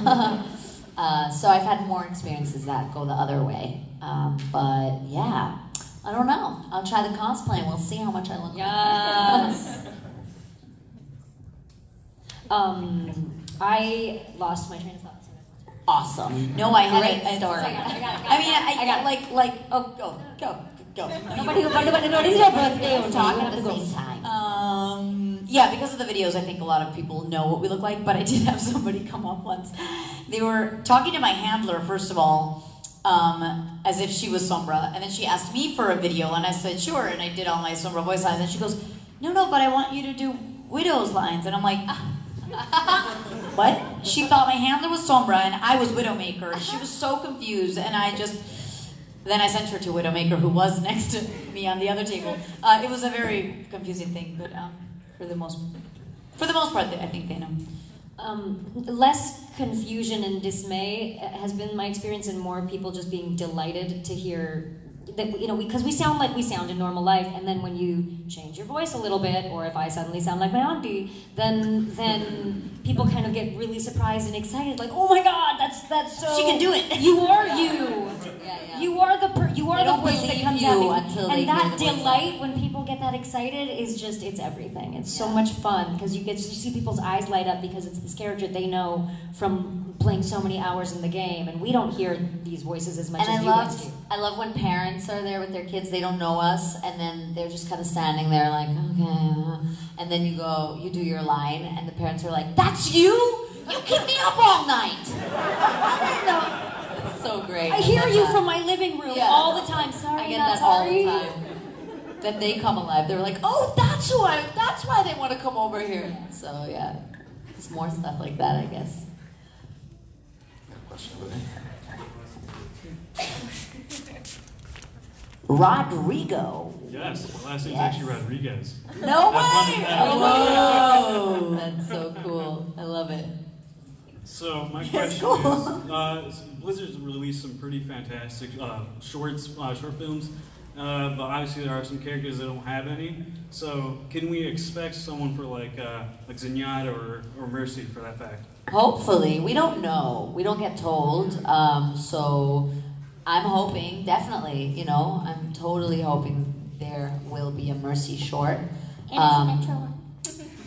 Speaker 2: uh, so I've had more experiences that go the other way. Um, but yeah, I don't know. I'll try the cosplay and we'll see how much I look
Speaker 4: Yes. um, I lost my train of thought.
Speaker 2: like. Awesome. No, I had
Speaker 1: Great
Speaker 2: a story.
Speaker 4: I got it, I got it,
Speaker 1: I mean, I,
Speaker 4: I got it.
Speaker 1: like, like, oh, go, go, go.
Speaker 4: Nobody, nobody, nobody's your birthday.
Speaker 2: We're talking at the same time.
Speaker 1: Um, yeah, because of the videos, I think a lot of people know what we look like. But I did have somebody come up once. They were talking to my handler first of all, um, as if she was Sombra, and then she asked me for a video, and I said sure, and I did all my Sombra voice lines, and she goes, no, no, but I want you to do widows lines, and I'm like. What? She thought my handler was Sombra and I was Widowmaker. She was so confused, and I just. Then I sent her to Widowmaker, who was next to me on the other table. Uh, it was a very confusing thing, but um, for the most, for the most part, I think they know.
Speaker 4: Um, less confusion and dismay uh, has been my experience, and more people just being delighted to hear that you know because we, sound like we sound in normal life, and then when you change your voice a little bit, or if I suddenly sound like my auntie, then then people kind of get really surprised and excited, like oh my god, that's that's so
Speaker 1: She can do it.
Speaker 4: You are you.
Speaker 2: Yeah, yeah.
Speaker 4: You are the per- you are
Speaker 2: They
Speaker 4: the
Speaker 2: don't
Speaker 4: voice that
Speaker 2: believe
Speaker 4: comes
Speaker 2: you
Speaker 4: out, of
Speaker 2: until
Speaker 4: and
Speaker 2: they hear
Speaker 4: that
Speaker 2: the voice.
Speaker 4: delight when people get that excited is just it's everything. It's so much fun because you get you see people's eyes light up because it's this character they know from playing so many hours in the game, and we don't hear these voices as much
Speaker 2: and
Speaker 4: as
Speaker 2: I
Speaker 4: you guys
Speaker 2: love,
Speaker 4: do.
Speaker 2: I love when parents are there with their kids. They don't know us, and then they're just kind of standing there, like, okay. uh," And then you go, you do your line, and the parents are like, "That's you! You keep me up all night." It's so great.
Speaker 4: I hear
Speaker 2: love
Speaker 4: you
Speaker 2: that.
Speaker 4: from my living room
Speaker 2: Yeah.
Speaker 4: all the time. Sorry,
Speaker 2: I get
Speaker 4: not
Speaker 2: that all the
Speaker 4: sorry.
Speaker 2: time. That they come alive. They're like, "Oh, that's who I. That's why they want to come over here." So yeah, it's more stuff like that, I guess.
Speaker 3: Question over there.
Speaker 2: Rodrigo.
Speaker 8: Yes, my last name's
Speaker 2: Yes.
Speaker 8: actually Rodriguez.
Speaker 2: No
Speaker 8: That's
Speaker 2: way!
Speaker 8: not
Speaker 2: Whoa! That's so cool. I love it.
Speaker 8: So my
Speaker 2: Yes,
Speaker 8: question
Speaker 2: go
Speaker 8: is, uh, s- Blizzard's released some pretty fantastic uh, shorts, uh, short films, uh, but obviously there are some characters that don't have any. So can we expect someone for like uh, like Zenyatta or, or Mercy for that fact?
Speaker 2: Hopefully, we don't know. We don't get told. Um, so I'm hoping, definitely, you know, I'm totally hoping there will be a Mercy short. Um,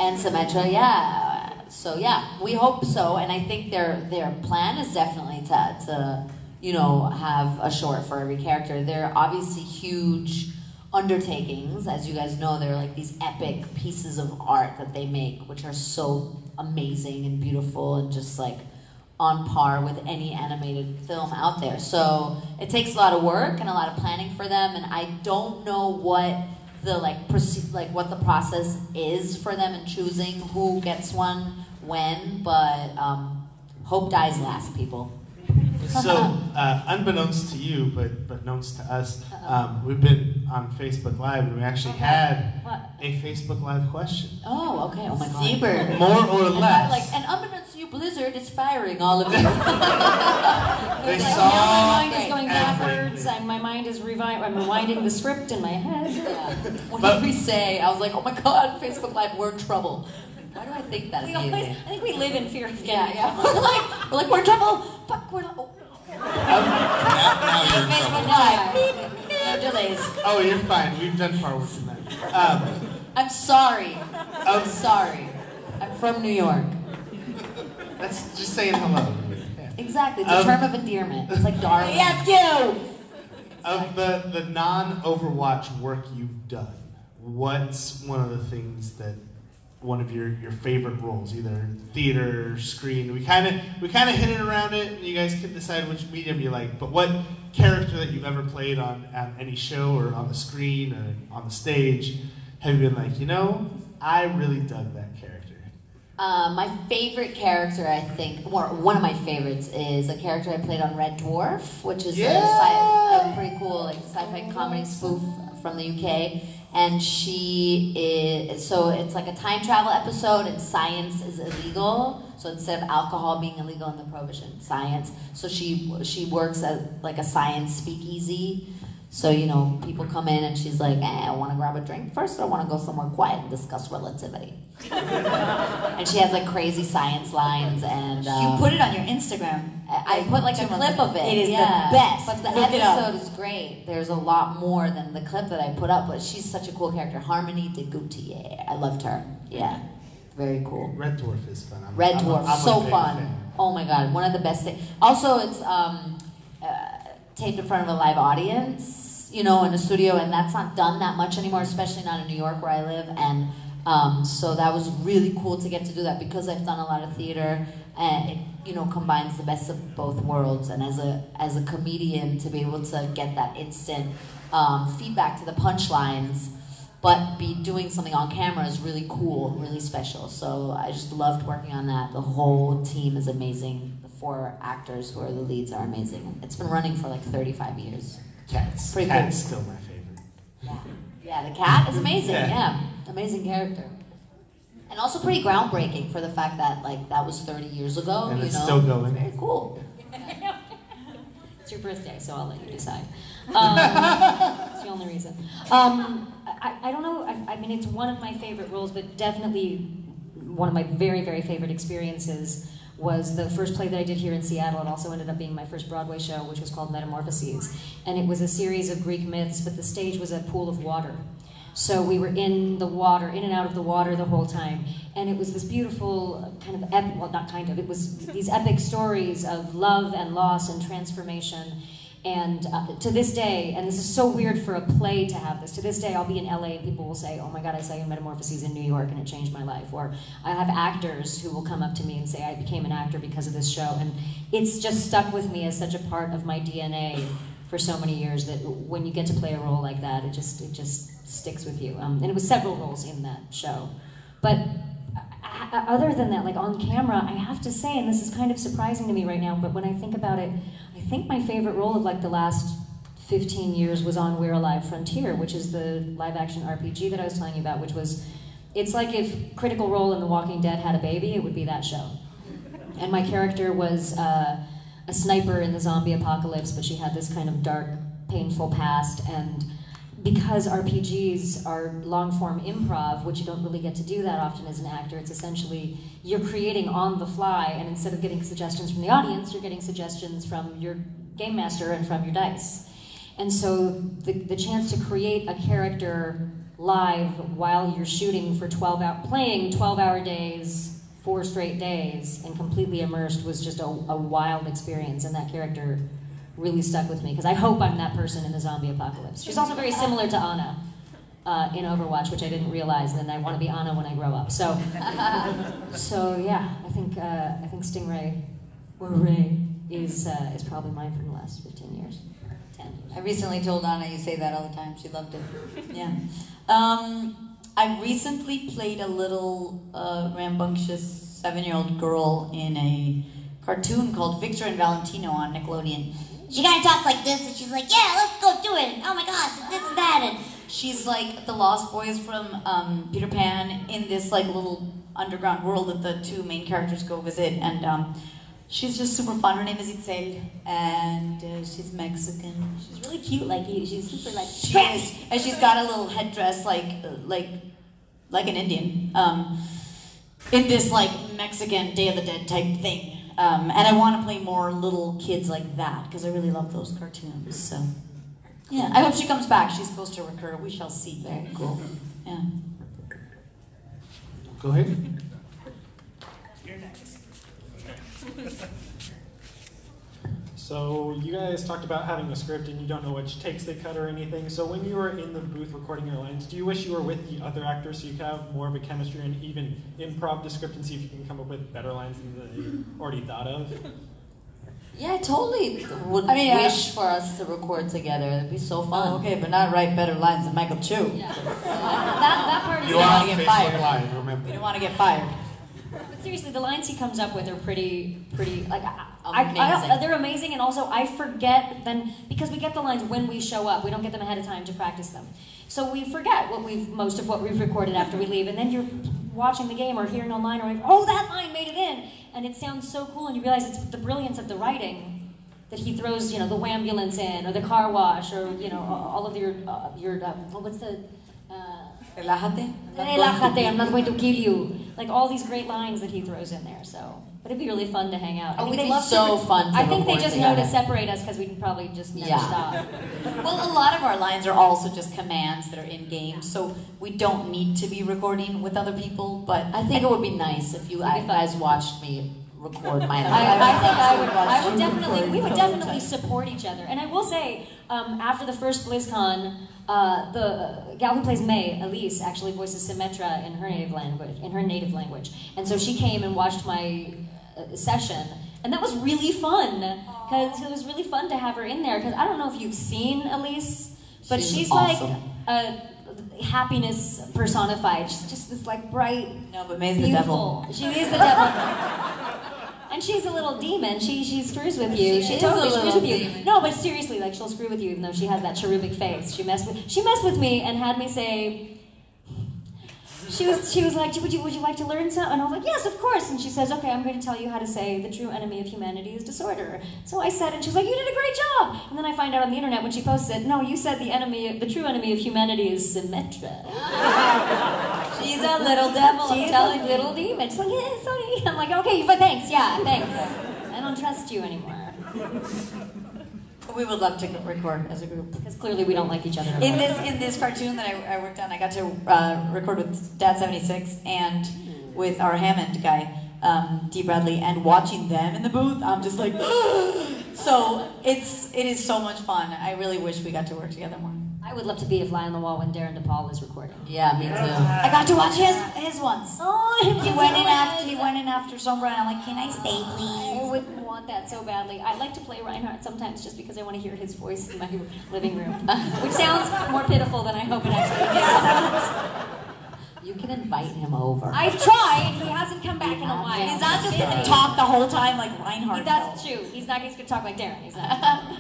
Speaker 2: and Symmetra, yeah. So yeah, we hope so, and I think their their plan is definitely to to you know have a short for every character. They're obviously huge undertakings, as you guys know. They're like these epic pieces of art that they make, which are so amazing and beautiful, and just like on par with any animated film out there. So it takes a lot of work and a lot of planning for them, and I don't know what the like proce- like what the process is for them in choosing who gets one when, but um, hope dies last, people.
Speaker 5: So, uh, unbeknownst to you, but but knownst to us, um, we've been on Facebook Live, and we actually had
Speaker 4: What?
Speaker 5: a Facebook Live question,
Speaker 2: Oh, okay. Oh my god.
Speaker 5: more or
Speaker 2: And I'm
Speaker 5: less.
Speaker 2: like, and unbeknownst to you, Blizzard is firing all of you.
Speaker 5: they
Speaker 4: Like,
Speaker 5: saw
Speaker 4: now my mind is going
Speaker 5: everything.
Speaker 4: backwards. And my mind is revi- I'm rewinding the script in my head.
Speaker 2: Yeah. What
Speaker 5: But-
Speaker 2: did we say? I was like, oh my god, Facebook Live, we're in trouble. Why do I think that?
Speaker 4: We always, I
Speaker 2: immediately?
Speaker 4: think we live in fear of getting
Speaker 2: Yeah, yeah. We're like, we're like, we're in trouble. Fuck, we're. Oh.
Speaker 3: Now, now you're in trouble.
Speaker 2: Facebook Live. No delays.
Speaker 5: Oh, you're fine. We've done far worse than that. Um,
Speaker 2: I'm sorry. I'm sorry. I'm from New York.
Speaker 5: That's just saying hello. Yeah.
Speaker 2: Exactly. It's a
Speaker 5: Um,
Speaker 2: term of endearment. It's like Darwin.
Speaker 1: F you!
Speaker 5: Of the, the non Overwatch work you've done, what's one of the things that one of your, your favorite roles, either theater, screen? We kind of we kind of hit it around it, and you guys can decide which medium you like. But what character that you've ever played on, on any show or on the screen or on the stage have you been like, you know, I really dug that character?
Speaker 2: Uh, my favorite character, I think, or one of my favorites, is a character I played on Red Dwarf, which is a, sci-
Speaker 5: Yeah.
Speaker 2: a pretty cool like sci-fi comedy spoof from the UK. And she is so it's like a time travel episode, and science is illegal. So instead of alcohol being illegal in the prohibition, science. So she she works at like a science speakeasy. So you know people come in, and she's like, eh, I want to grab a drink first. Or I want to go somewhere quiet and discuss relativity." and she has like crazy science lines and um,
Speaker 1: You put it on your Instagram.
Speaker 2: I I put like a
Speaker 1: Two months
Speaker 2: clip
Speaker 1: ago.
Speaker 2: of it.
Speaker 1: It is the
Speaker 2: yeah.
Speaker 1: best.
Speaker 2: But the
Speaker 1: Look it up.
Speaker 2: episode is great. There's a lot more than the clip that I put up, but she's such a cool character. Harmony de Gautier. I loved her. Yeah. Very cool.
Speaker 5: Red Dwarf is fun. I'm,
Speaker 2: Red
Speaker 5: I'm a-
Speaker 2: Dwarf,
Speaker 5: I'm a
Speaker 2: so
Speaker 5: big
Speaker 2: fun.
Speaker 5: fan.
Speaker 2: Oh my god, one of the best things. Also, it's um, uh, taped in front of a live audience, you know, in a studio, and that's not done that much anymore, especially not in New York where I live. And um, so that was really cool to get to do that because I've done a lot of theater, and it you know combines the best of both worlds. And as a as a comedian, to be able to get that instant um, feedback to the punchlines but be doing something on camera is really cool, really special. So I just loved working on that. The whole team is amazing. The four actors who are the leads are amazing. It's been running for like 35 years.
Speaker 5: Cats.
Speaker 2: Pretty
Speaker 5: Cats still my favorite.
Speaker 2: Yeah, yeah the cat is amazing.
Speaker 5: Yeah.
Speaker 2: Yeah. amazing character. And also pretty groundbreaking for the fact that like that was 30 years ago.
Speaker 5: And
Speaker 2: Oh, you
Speaker 5: it's
Speaker 2: know?
Speaker 5: still going.
Speaker 2: Very cool. It's your birthday, so I'll let you decide. Um,
Speaker 4: That's the only reason. Um, I, I don't know. I, I mean, it's one of my favorite roles, but definitely one of my very, very favorite experiences was the first play that I did here in Seattle. It also ended up being my first Broadway show, which was called Metamorphoses. And it was a series of Greek myths, but the stage was a pool of water. So we were in the water, in and out of the water the whole time. And it was this beautiful kind of, ep- well, not kind of, it was these epic stories of love and loss and transformation. And uh, to this day, and this is so weird for a play to have this, to this day I'll be in LA and people will say, oh my God, I saw you in Metamorphoses in New York and it changed my life. Or I have actors who will come up to me and say, I became an actor because of this show. And it's just stuck with me as such a part of my DNA for so many years that when you get to play a role like that, it just, it just sticks with you. Um, and it was several roles in that show. But I- I- other than that, like on camera, I have to say, and this is kind of surprising to me right now, but when I think about it, I think my favorite role of like the last 15 years was on We're Alive Frontier, which is the live action RPG that I was telling you about, which was, it's like if Critical Role in The Walking Dead had a baby, it would be that show. And my character was uh, a sniper in the zombie apocalypse, but she had this kind of dark, painful past. And because RPGs are long form improv, which you don't really get to do that often as an actor, it's essentially you're creating on the fly, and instead of getting suggestions from the audience, you're getting suggestions from your game master and from your dice. And so the, the chance to create a character live while you're shooting for 12 out playing 12 hour days four straight days and completely immersed was just a, a wild experience and that character really stuck with me because i hope i'm that person in the zombie apocalypse she's also very similar to anna uh, in overwatch which i didn't realize and then i want to be anna when i grow up so so yeah i think uh, i think stingray or ray is uh, is probably mine from the last 15 years 10 years
Speaker 1: I recently told Anna you say that all the time. She loved it. Yeah. Um, I recently played a little uh, rambunctious seven year old girl in a cartoon called Victor and Valentino on Nickelodeon. She kind of talks like this, and she's like, "Yeah, let's go do it." And, oh my gosh, and this and that, and she's like the Lost Boys from um, Peter Pan in this like little underground world that the two main characters go visit, and um, She's just super fun. Her name is Itzel, and uh, she's Mexican. She's really cute. Like you- she's super like she is, and she's got a little headdress like uh, like like an Indian. Um, in this like Mexican Day of the Dead type thing. Um, and I want to play more little kids like that because I really love those cartoons. So yeah, I hope she comes back. She's supposed to recur. We shall see. Very cool. Yeah.
Speaker 5: Go ahead.
Speaker 9: So you guys talked about having a script and you don't know which takes they cut or anything. So when you were in the booth recording your lines, do you wish you were with the other actors so you could have more of a chemistry and even improv the script and see if you can come up with better lines than they already thought of?
Speaker 2: Yeah, I totally would
Speaker 1: I mean, I-
Speaker 2: wish for us to record together. It'd be so fun.
Speaker 1: Oh, okay, but not write better lines than Michael Chu.
Speaker 4: That, that part is
Speaker 5: You
Speaker 1: don't
Speaker 5: are
Speaker 1: wanna get
Speaker 5: on Facebook
Speaker 1: fired.
Speaker 5: Live,
Speaker 1: We
Speaker 5: remember.
Speaker 1: don't want to get fired.
Speaker 4: But seriously, the lines he comes up with are pretty, pretty like I, I, I,
Speaker 2: Amazing.
Speaker 4: they're amazing. And also, I forget then because we get the lines when we show up. We don't get them ahead of time to practice them, so we forget what we've most of what we've recorded after we leave. And then you're watching the game or hearing online or whatever, oh that line made it in, and it sounds so cool, and you realize it's the brilliance of the writing that he throws, you know, the wambulance in or the car wash or you know all of your uh, your uh, what's the uh,
Speaker 1: Relájate.
Speaker 4: Relájate, I'm not going to kill you. Like all these great lines that he throws in there. So, but it'd be really fun to hang out.
Speaker 2: Oh,
Speaker 4: I think
Speaker 2: it'd
Speaker 4: they
Speaker 2: be
Speaker 4: love
Speaker 2: so fun to
Speaker 4: I think they
Speaker 2: record
Speaker 4: just know to
Speaker 2: together.
Speaker 4: separate us because we can probably just never
Speaker 2: Yeah.
Speaker 4: stop.
Speaker 1: Well, a lot of our lines are also just commands that are in game, so we don't need to be recording with other people. But
Speaker 2: I think it would be nice if you guys watched me record my
Speaker 4: I,
Speaker 2: life.
Speaker 4: I think I would. I would
Speaker 1: watch you
Speaker 4: definitely. We would
Speaker 1: record all the
Speaker 4: definitely support each other. And I will say, um, after the first BlizzCon, uh, the gal who plays May, Elise, actually voices Symmetra in her native language. In her native language, and so she came and watched my uh, session, and that was really fun because it was really fun to have her in there. Because I don't know if you've seen Elise, but
Speaker 2: She's
Speaker 4: she's,
Speaker 2: awesome.
Speaker 4: like a happiness personified. She's just this like bright
Speaker 1: no, but May's the devil.
Speaker 4: beautiful. She is the devil. And she's a little demon. She she screws with you.
Speaker 2: She
Speaker 4: She,
Speaker 2: is
Speaker 4: totally
Speaker 2: a
Speaker 4: screws
Speaker 2: little
Speaker 4: with you.
Speaker 2: demon.
Speaker 4: No, but seriously, like she'll screw with you, even though she has that cherubic face. She messed with she messed with me and had me say. She was she was like, would you would you like to learn something? And I was like, yes, of course. And she says, okay, I'm going to tell you how to say the true enemy of humanity is disorder. So I said, and she's like, you did a great job. And then I find out on the internet when she posts it, no, you said the enemy, the true enemy of humanity is Symmetra.
Speaker 1: She's a little devil.
Speaker 4: She's a little demon. She's like, yeah, sorry. I'm like, okay, but thanks. Yeah, thanks. I don't trust you anymore
Speaker 1: We would love to record as a group.
Speaker 4: because clearly we don't like each other.
Speaker 1: In this in this cartoon that I, I worked on, I got to uh, record with Dad seventy six and with our Hammond guy, um, D Bradley, and watching them in the booth, I'm just like, so it's it is so much fun. I really wish we got to work together more.
Speaker 4: I would love to be a fly on the wall when Darren DePaul is recording.
Speaker 2: yeah, me too.
Speaker 1: I got to watch his his once.
Speaker 4: Oh,
Speaker 1: He went in after he went in after Sombra, and I'm like, can I stay, please?
Speaker 4: Oh, I would want that so badly. I like to play Reinhardt sometimes just because I want to hear his voice in my living room, which sounds more pitiful than I hope it actually is.
Speaker 2: You can invite him over.
Speaker 4: I've tried. He hasn't come back in a while.
Speaker 1: He's not just gonna talk the whole time like Reinhardt.
Speaker 4: That's true. He's not. He's gonna talk like Darren. He's not.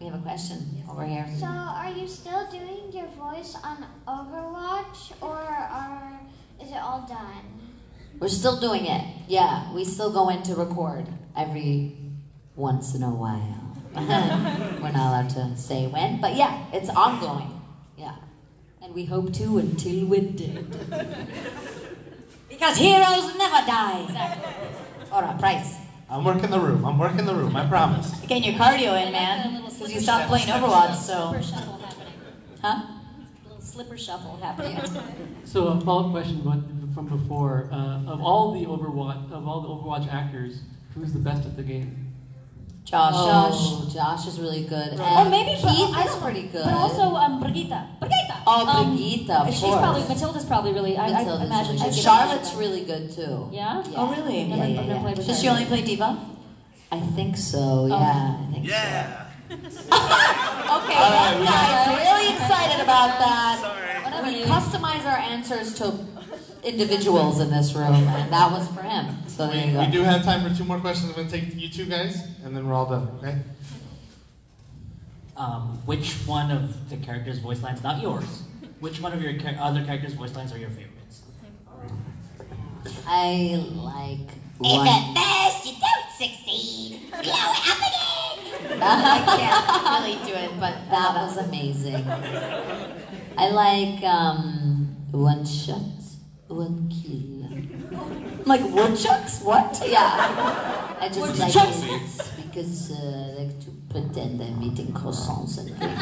Speaker 2: we have a question over here.
Speaker 6: So, are you still doing your voice on Overwatch, or are is it all done?
Speaker 2: We're still doing it. Yeah, we still go in to record every once in a while. We're not allowed to say when, but yeah, it's ongoing. Yeah.
Speaker 4: And we hope to until we're dead.
Speaker 1: Because heroes never die. Or a price.
Speaker 5: I'm working the room. I'm working the room. I promise.
Speaker 1: Getting your cardio in,
Speaker 4: A
Speaker 1: man.
Speaker 4: little
Speaker 1: Because
Speaker 4: slipper
Speaker 1: you stopped playing
Speaker 4: shuffle.
Speaker 2: Uh,
Speaker 1: Overwatch,
Speaker 4: Slipper
Speaker 1: so.
Speaker 4: shuffle happening.
Speaker 1: Huh?
Speaker 4: A little slipper shuffle happening.
Speaker 10: So a follow-up question but- from before: uh, of all the Overwatch, of all the Overwatch actors, who's the best at the game?
Speaker 1: Josh.
Speaker 2: Oh, Josh Oh, is really good.
Speaker 4: Or
Speaker 2: And
Speaker 4: Oh, maybe
Speaker 2: Keith
Speaker 4: but I
Speaker 2: is
Speaker 4: don't-
Speaker 2: pretty good.
Speaker 4: But also um, Brigitta. Brigitta.
Speaker 2: oh,
Speaker 4: Um,
Speaker 2: Brigitte, of
Speaker 4: she's
Speaker 2: course.
Speaker 4: probably Matilda's probably really. I, I
Speaker 2: Matilda's
Speaker 4: imagine
Speaker 2: really good.
Speaker 4: she's getting
Speaker 2: Charlotte's
Speaker 4: better.
Speaker 2: really good too.
Speaker 4: Yeah.
Speaker 1: Oh, really?
Speaker 2: Yeah,
Speaker 4: Never-
Speaker 2: yeah,
Speaker 4: I've never
Speaker 2: yeah.
Speaker 4: played with
Speaker 1: Does
Speaker 4: her.
Speaker 1: she only play Diva?
Speaker 2: I think so. Yeah, I think
Speaker 11: Yeah.
Speaker 2: Okay,
Speaker 5: right,
Speaker 2: one
Speaker 5: we
Speaker 2: guy's really excited about that.
Speaker 11: Sorry.
Speaker 2: We customize our answers to individuals in this room, and that was for him. So there you
Speaker 5: We,
Speaker 2: go.
Speaker 5: we do have time for two more questions. I'm going to take you two guys, and then we're all done. Okay.
Speaker 11: Um, which one of the characters' voice lines, not yours, which one of your char- other characters' voice lines are your favorites?
Speaker 2: I like
Speaker 4: Oh.
Speaker 2: one.
Speaker 6: First, you don't succeed. Blow it up again.
Speaker 1: I can't really do it, but
Speaker 2: That was amazing. I like um, one shot, one kill.
Speaker 1: Like woodchucks? What?
Speaker 2: Yeah, I
Speaker 1: One
Speaker 2: just like
Speaker 1: shot.
Speaker 2: it because uh, I like to pretend I'm eating croissants and drinking.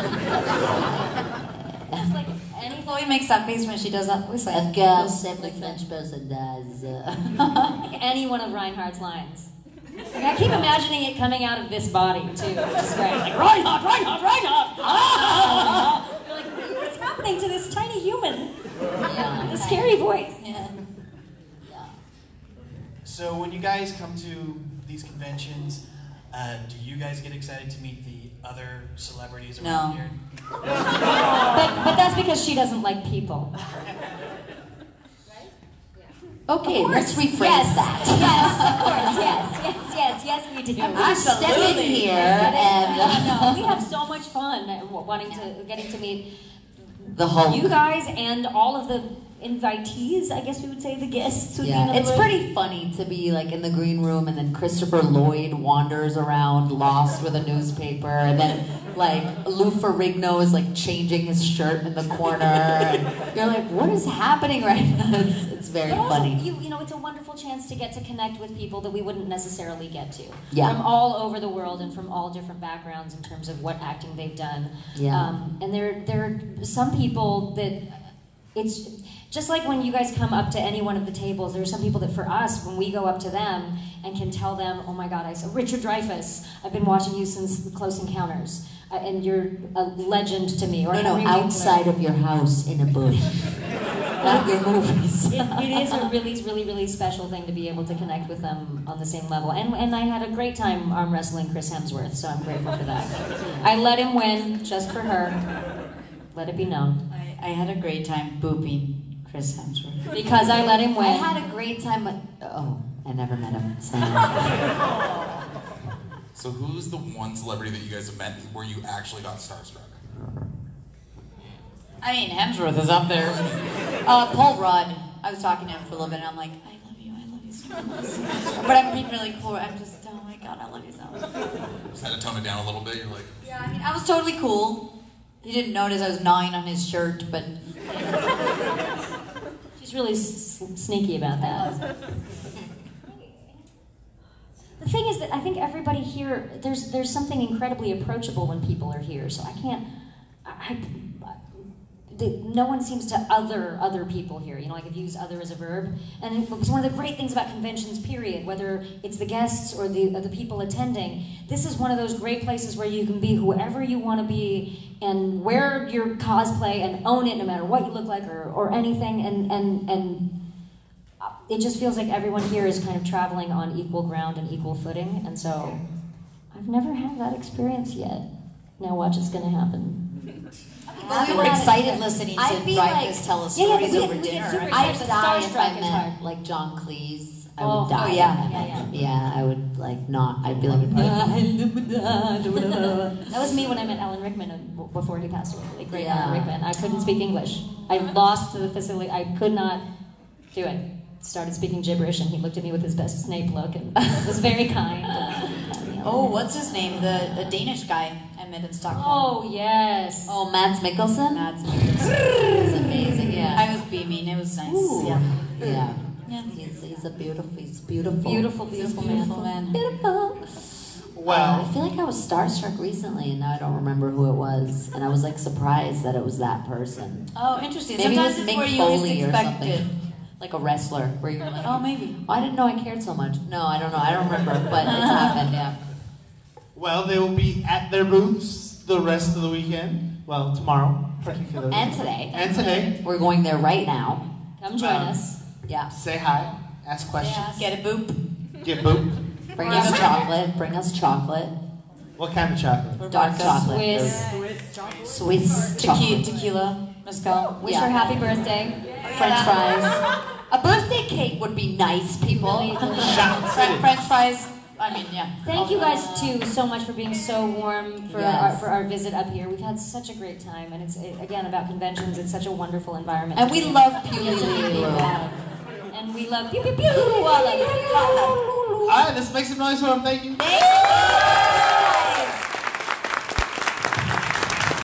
Speaker 1: It's like any Chloe makes that face when she does that voice. Like,
Speaker 2: A girl,
Speaker 1: just
Speaker 2: every
Speaker 1: like that.
Speaker 2: French person does. uh.
Speaker 4: Any one of Reinhardt's lines. Like, I keep imagining it coming out of this body too, which is great. Like Reinhardt, Reinhardt, Reinhardt. Ah! You're like, what's happening to this tiny human?
Speaker 2: Yeah.
Speaker 4: The scary voice.
Speaker 1: Yeah.
Speaker 12: So when you guys come to these conventions, uh, do you guys get excited to meet the other celebrities around
Speaker 1: No.
Speaker 12: here?
Speaker 4: But, but that's because she doesn't like people.
Speaker 2: Okay, let's rephrase
Speaker 4: Yes.
Speaker 2: that.
Speaker 4: Yes, of course. Yes, yes, yes, yes, we do.
Speaker 2: I step in here and
Speaker 4: no, no, we have so much fun uh, w- wanting to getting to meet
Speaker 2: the whole.
Speaker 4: you guys and all of the invitees. I guess we would say the guests. Would be
Speaker 2: Yeah,
Speaker 4: another
Speaker 2: it's
Speaker 4: word.
Speaker 2: pretty funny to be like in the green room and then Christopher Lloyd wanders around lost with a newspaper and then like Lou Ferrigno is like changing his shirt in the corner. And you're like, what is happening right now? It's, it's very
Speaker 4: But also,
Speaker 2: funny.
Speaker 4: you, you know, it's a wonderful chance to get to connect with people that we wouldn't necessarily get to
Speaker 2: Yeah.
Speaker 4: from all over the world and from all different backgrounds in terms of what acting they've done.
Speaker 2: Yeah.
Speaker 4: Um, and there, there are some people that it's just like when you guys come up to any one of the tables. There are some people that, for us, when we go up to them and can tell them, "Oh my God, I saw Richard Dreyfuss. I've been watching you since Close Encounters, uh, and you're a legend to me." Or
Speaker 2: No,
Speaker 4: Henry
Speaker 2: no,
Speaker 4: Winkler.
Speaker 2: outside of your house in a bush. Not your movies.
Speaker 4: it, it is a really, really, really special thing to be able to connect with them on the same level. And, and I had a great time arm wrestling Chris Hemsworth, so I'm grateful for that. I let him win just for her. Let it be known.
Speaker 1: I, I had a great time booping Chris Hemsworth.
Speaker 4: Because I let
Speaker 2: I
Speaker 4: him win.
Speaker 2: had a great time, but oh, I never met him. So.
Speaker 3: So who's the one celebrity that you guys have met where you actually got starstruck?
Speaker 1: I mean, Hemsworth is up there. Uh, Paul Rudd. I was talking to him for a little bit, and I'm like, I love you, I love you so much. But I'm being really cool. I'm just, oh my god, I love you so much.
Speaker 3: Just had to tone it down a little bit. You're like,
Speaker 1: Yeah, I mean, I was totally cool. He didn't notice I was gnawing on his shirt, but
Speaker 4: She's really s- s- sneaky about that. The thing is that I think everybody here, there's there's something incredibly approachable when people are here. So I can't, I, I the, no one seems to other other people here. You know, like if you use other as a verb, and it was one of the great things about conventions. Period. Whether it's the guests or the or the people attending, this is one of those great places where you can be whoever you want to be and wear your cosplay and own it, no matter what you look like or or anything. And and and uh, it just feels like everyone here is kind of traveling on equal ground and equal footing. And so, I've never had that experience yet. Now watch, it's gonna happen.
Speaker 1: but we were excited listening to
Speaker 2: I'd be
Speaker 1: Dreyfus
Speaker 2: like-
Speaker 1: tell us
Speaker 4: Yeah, yeah,
Speaker 1: stories
Speaker 4: but we-
Speaker 1: over
Speaker 4: we get
Speaker 1: dinner.
Speaker 4: super
Speaker 1: I-
Speaker 2: I'd
Speaker 4: Except the
Speaker 2: die if
Speaker 4: starstruck
Speaker 2: I
Speaker 4: is
Speaker 2: met
Speaker 4: hard.
Speaker 2: like John Cleese. I
Speaker 4: Oh,
Speaker 2: would die.
Speaker 1: oh, yeah.
Speaker 2: if I met
Speaker 4: Yeah,
Speaker 2: him. Yeah, I would like not. I'd be like. "Ah,
Speaker 4: That was me when I met Alan Rickman uh, w- before he passed away. Like great Alan
Speaker 2: Yeah.
Speaker 4: Rickman. I couldn't speak English. I lost the facility. I could not do it. Started speaking gibberish, and he looked at me with his best Snape look, and was very kind.
Speaker 1: oh, what's his name? The, the Danish guy I met in Stockholm.
Speaker 4: Oh yes.
Speaker 2: Oh, Mads Mikkelsen.
Speaker 1: That's
Speaker 2: He's amazing. Yeah.
Speaker 1: I was beaming. It was nice.
Speaker 2: Ooh.
Speaker 1: Yeah.
Speaker 2: Yeah.
Speaker 1: Yeah.
Speaker 2: He's, he's a beautiful. He's beautiful.
Speaker 4: Beautiful, beautiful,
Speaker 1: Beautiful
Speaker 4: man.
Speaker 1: man.
Speaker 2: Beautiful. Uh,
Speaker 5: Wow. Um,
Speaker 2: I feel like I was starstruck recently, and now I don't remember who it was. And I was like surprised that it was that person.
Speaker 1: Oh, interesting.
Speaker 2: Maybe
Speaker 1: Sometimes
Speaker 2: it was
Speaker 1: it's
Speaker 2: Mick
Speaker 1: where you least
Speaker 2: Foley or
Speaker 1: expect
Speaker 2: something,
Speaker 1: it.
Speaker 2: like a wrestler, where you're like,
Speaker 1: Oh, maybe.
Speaker 2: Oh, I didn't know I cared so much. No, I don't know. I don't remember, but it's happened. Yeah.
Speaker 5: Well, they will be at their booths the rest of the weekend. Well, tomorrow, particularly.
Speaker 2: And today,
Speaker 5: And today.
Speaker 2: we're going there right now.
Speaker 4: Come join
Speaker 5: Um,
Speaker 4: us.
Speaker 2: Yeah.
Speaker 5: Say hi, ask questions,
Speaker 1: Get a boop.
Speaker 5: get booped.
Speaker 2: Bring us chocolate. Bring us chocolate.
Speaker 5: What kind of chocolate?
Speaker 2: Dark chocolate.
Speaker 4: Swiss.
Speaker 2: Swiss
Speaker 1: Tequila,
Speaker 2: chocolate.
Speaker 1: tequila, mezcal.
Speaker 4: Wish
Speaker 2: Yeah.
Speaker 4: her happy birthday.
Speaker 2: French fries. A birthday cake would be nice, people.
Speaker 5: Shots.
Speaker 1: French, French fries. I mean, yeah.
Speaker 4: Thank you guys too so much for being so warm for our,
Speaker 2: Yes.
Speaker 4: for our visit up here. We've had such a great time, and it's again about conventions. It's such a wonderful environment.
Speaker 2: And we love
Speaker 4: It's a big
Speaker 2: Pewee.
Speaker 4: crowd. and we love pew pew pew. all of it.
Speaker 5: All right, let's make some noise for them. Thank you.
Speaker 2: Thank you.